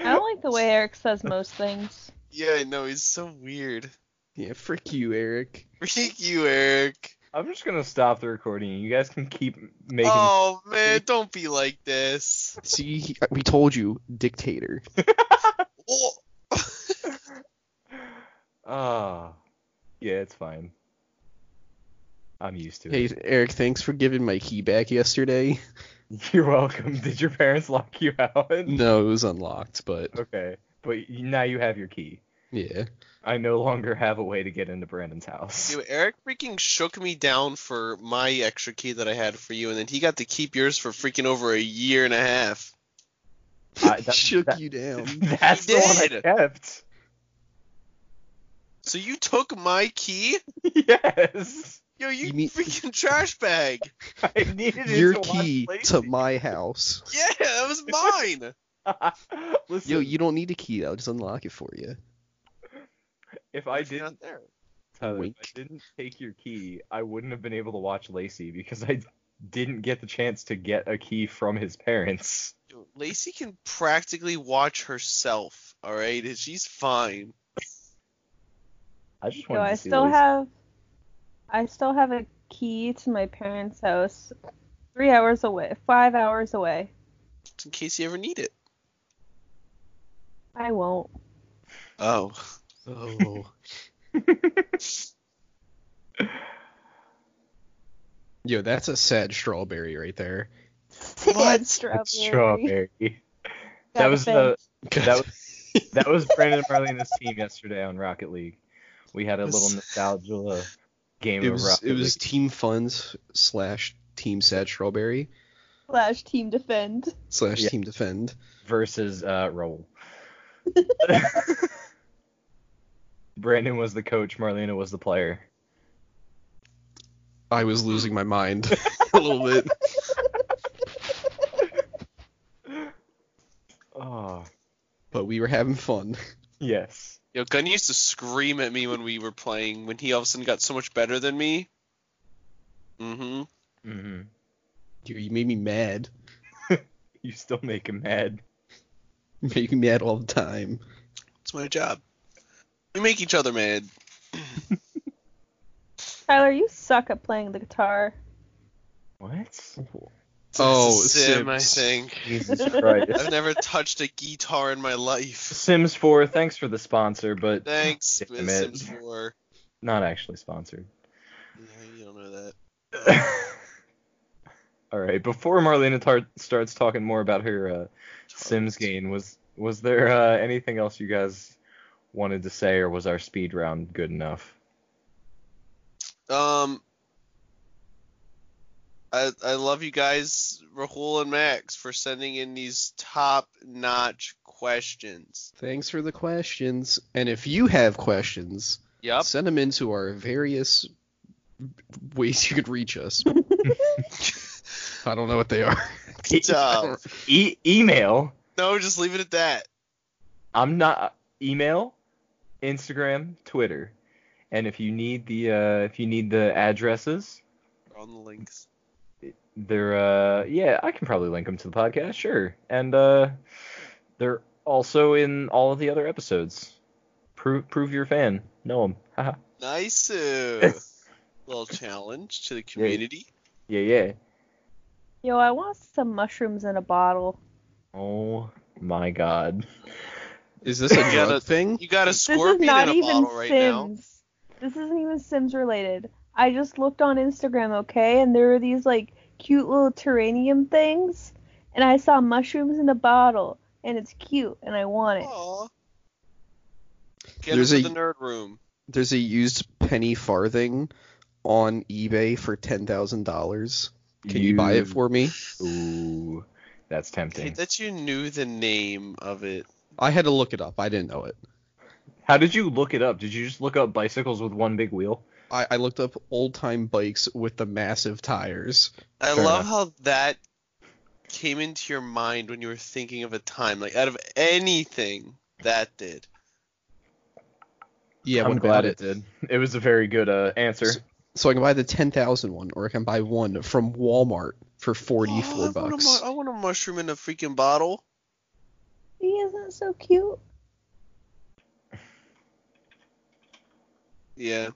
D: I don't like the way Eric says most
A: [laughs]
D: things.
C: Yeah, I know. He's so weird. [laughs]
B: yeah, frick you, Eric.
C: Freak you, Eric.
A: I'm just gonna stop the recording. You guys can keep making.
C: [laughs] Oh, man. Don't be like this.
B: See, he- we told you, dictator.
C: [laughs] Oh.
A: Ah. yeah, it's fine. I'm used to
B: Hey,
A: it.
B: Eric, thanks for giving my key
A: [laughs]
B: back yesterday.
A: You're welcome. Did your parents lock you out?
B: [laughs] No, it was unlocked, but
A: Okay, but y- now you have your key.
B: yeah.
A: I no longer have a way to get into Brandon's house.
C: Dude, Eric freaking shook me down for my extra key that I had for you, and then he got to keep yours for freaking over a year and a half.
B: [laughs]
A: I- that- [laughs]
B: Shook
A: that-
B: you down.
A: That's the one I
C: did.
A: kept. [laughs]
C: So you took my key?
A: Yes.
C: Yo, you,
B: You mean-
C: freaking trash bag.
A: I needed it
B: Your
A: to watch
B: key to
A: Lacey.
B: my house.
C: [laughs] Yeah, that was mine.
A: [laughs] Listen,
B: Yo, you don't need a key. I'll just unlock it for you.
A: if I
C: If
B: [laughs]
C: you're
A: didn't,
C: not there.
A: Tyler, if
B: Wink.
A: I didn't take your key, I wouldn't have been able to watch Lacey because I didn't get the chance to get a key from his parents.
C: Yo, Lacey can practically watch herself, all right? And She's fine.
A: I just
D: So
A: wanted
D: I
A: to see
D: still
A: Lacey.
D: have, I still have a key to my parents' house, three hours away, five hours away.
C: Just in case you ever need it.
D: I won't.
C: Oh.
B: [laughs] Oh. Yo, that's a sad strawberry right there.
C: What?
D: Strawberry.
B: [laughs]
A: Strawberry. That
D: Gotta
A: was
D: think.
A: the [laughs] that was that was
B: [laughs]
A: Brandon Marley and his team yesterday on Rocket League. We had a
C: It was-
A: little nostalgia game
B: it
A: of
B: was
A: Rocket
B: it was
A: League.
B: team funds slash team sad strawberry
D: slash team defend.
B: slash
A: Yeah.
B: team defend.
A: versus uh,
B: [laughs]
A: Raul. [laughs] Brandon was the coach, Marlena was the player.
B: I was losing my mind
A: [laughs]
B: [laughs] a little bit.
A: Oh,
B: but we were having fun.
A: yes.
C: Yo, Gunny used to scream at me when we were playing, when he all of a sudden got so much better than me. Mm-hmm.
A: hmm
B: You, you made me mad. [laughs]
A: You still make him mad.
B: You make me mad all the time.
C: It's my job. We make each other mad.
D: Tyler, you suck at playing the guitar.
B: [laughs]
A: What?
B: Oh,
C: It's a sim, I
B: Sims.
C: think.
A: Jesus Christ.
B: [laughs]
C: I've never touched a guitar in my life.
A: Sims 4, thanks for the sponsor, but
C: Thanks,
A: Damn
C: with
A: it.
C: Sims 4.
A: not actually sponsored.
C: Yeah, you don't know that.
A: [laughs] All right, before Marlena tar- starts talking more about her uh, Sims game, was was there uh, anything else you guys wanted to say, or was our speed round good enough?
C: Um, I I love you guys, Rahul and Max, for sending in these top-notch questions.
B: Thanks for the questions. And if you have questions,
C: Yep.
B: send them into our various ways you could reach us. I don't know what they are.
A: E-
C: Job.
A: e- email.
C: No, just leave it at that.
A: I'm not email, Instagram, Twitter, and if you need the uh, if you need the addresses,
C: We're on the links.
A: they're uh, yeah, I can probably link them to the podcast, sure, and uh, they're also in all of the other episodes. Prove prove you're a fan. Know them.
C: Nice. uh,
D: [laughs]
C: little challenge to the community.
A: yeah yeah.
D: Yo, I want some mushrooms in a bottle.
A: Oh my god.
B: Is this a drug
C: gotta-
B: thing?
C: You got a
D: this is
C: scorpion
D: not
C: in a
D: even
C: bottle right now.
D: Sims. This isn't even Sims related. I just looked on Instagram, okay, and there were these like cute little terranium things, and I saw mushrooms in a bottle, and it's cute, and I want it.
C: Aw. Get
B: There's
C: it for
B: a-
C: the nerd room.
B: There's a used penny farthing on eBay for ten thousand dollars. Can you buy it for me?
A: Ooh, that's
C: Hey,
A: tempting.
C: that you knew the name of it.
B: I had to look it up. I didn't know it.
A: How did you look it up? Did you just look up bicycles with one big wheel?
B: I, I looked up old time bikes with the massive tires.
C: I
A: Fair
C: love
A: enough.
C: how that came into your mind when you were thinking of a time? Like out of anything that did.
B: Yeah,
A: I'm
B: what
A: glad
B: about
A: it did. It was a very good uh, answer.
B: So I can buy the ten thousand one, or I can buy one from Walmart for forty
C: Oh,
B: [gasps] four
C: I want a
B: bucks.
C: mu- I want a mushroom in a freaking bottle.
D: He isn't so cute.
C: Yeah.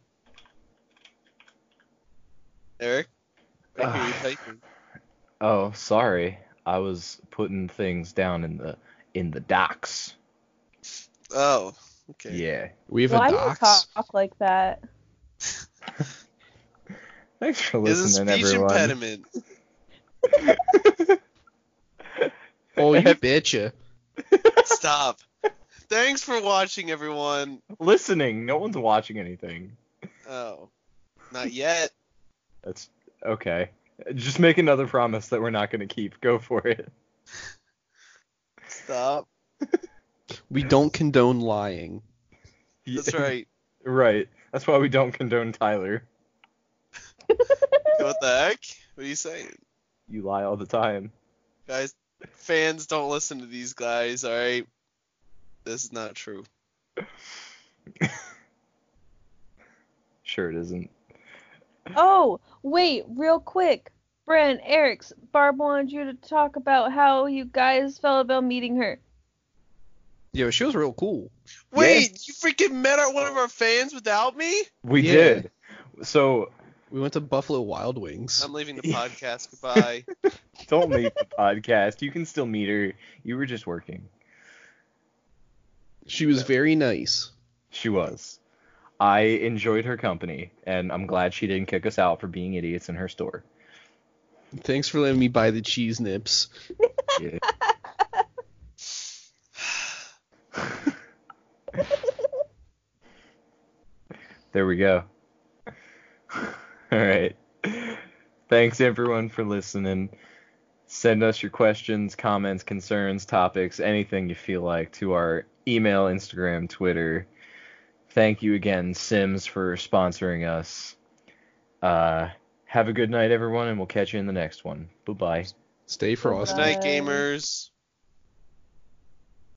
C: Eric, I hear you
A: Ah.
C: typing.
A: Oh, sorry. I was putting things down in the in the docks.
C: Oh, okay.
A: Yeah.
B: We have
D: Why
B: a
D: do you
B: dox.
D: talk like that?
A: Thanks for
C: Is a
A: listening,
C: speech
A: everyone.
C: impediment.
A: [laughs]
B: Oh, [laughs] you bitcha!
C: Stop. Thanks for watching, everyone.
A: Listening. No one's watching anything.
C: Oh, not yet.
A: That's okay. Just make another promise that we're not going to keep. Go for it.
C: Stop.
B: We don't condone lying.
A: [laughs]
C: That's right.
A: Right. That's why we don't condone Tyler.
C: What the heck? What are you saying?
A: You lie all the time.
C: Guys, fans don't listen to these guys, alright? This is not true.
A: Sure, it isn't.
D: Oh, wait, real quick. Brent, Eric's, Barb wanted you to talk about how you guys felt about meeting her.
B: Yeah, but she was real cool.
C: Wait, you freaking met our, one of our fans without me?
A: We
B: Yeah.
A: did. So
B: We went to Buffalo Wild Wings.
C: I'm leaving the podcast. Goodbye.
A: don't leave the [laughs] podcast. You can still meet her. You were just working.
B: She was very nice.
A: She was. I enjoyed her company, and I'm glad she didn't kick us out for being idiots in her store.
B: Thanks for letting me buy the cheese nips.
A: Yeah. [sighs] there we go. All right. Thanks everyone for listening. Send us your questions, comments, concerns, topics, anything you feel like to our email, Instagram, Twitter. Thank you again, Sims, for sponsoring us. Uh, have a good night, everyone, and we'll catch you in the next one. Bye bye.
B: Stay frosty.
C: Good night, gamers.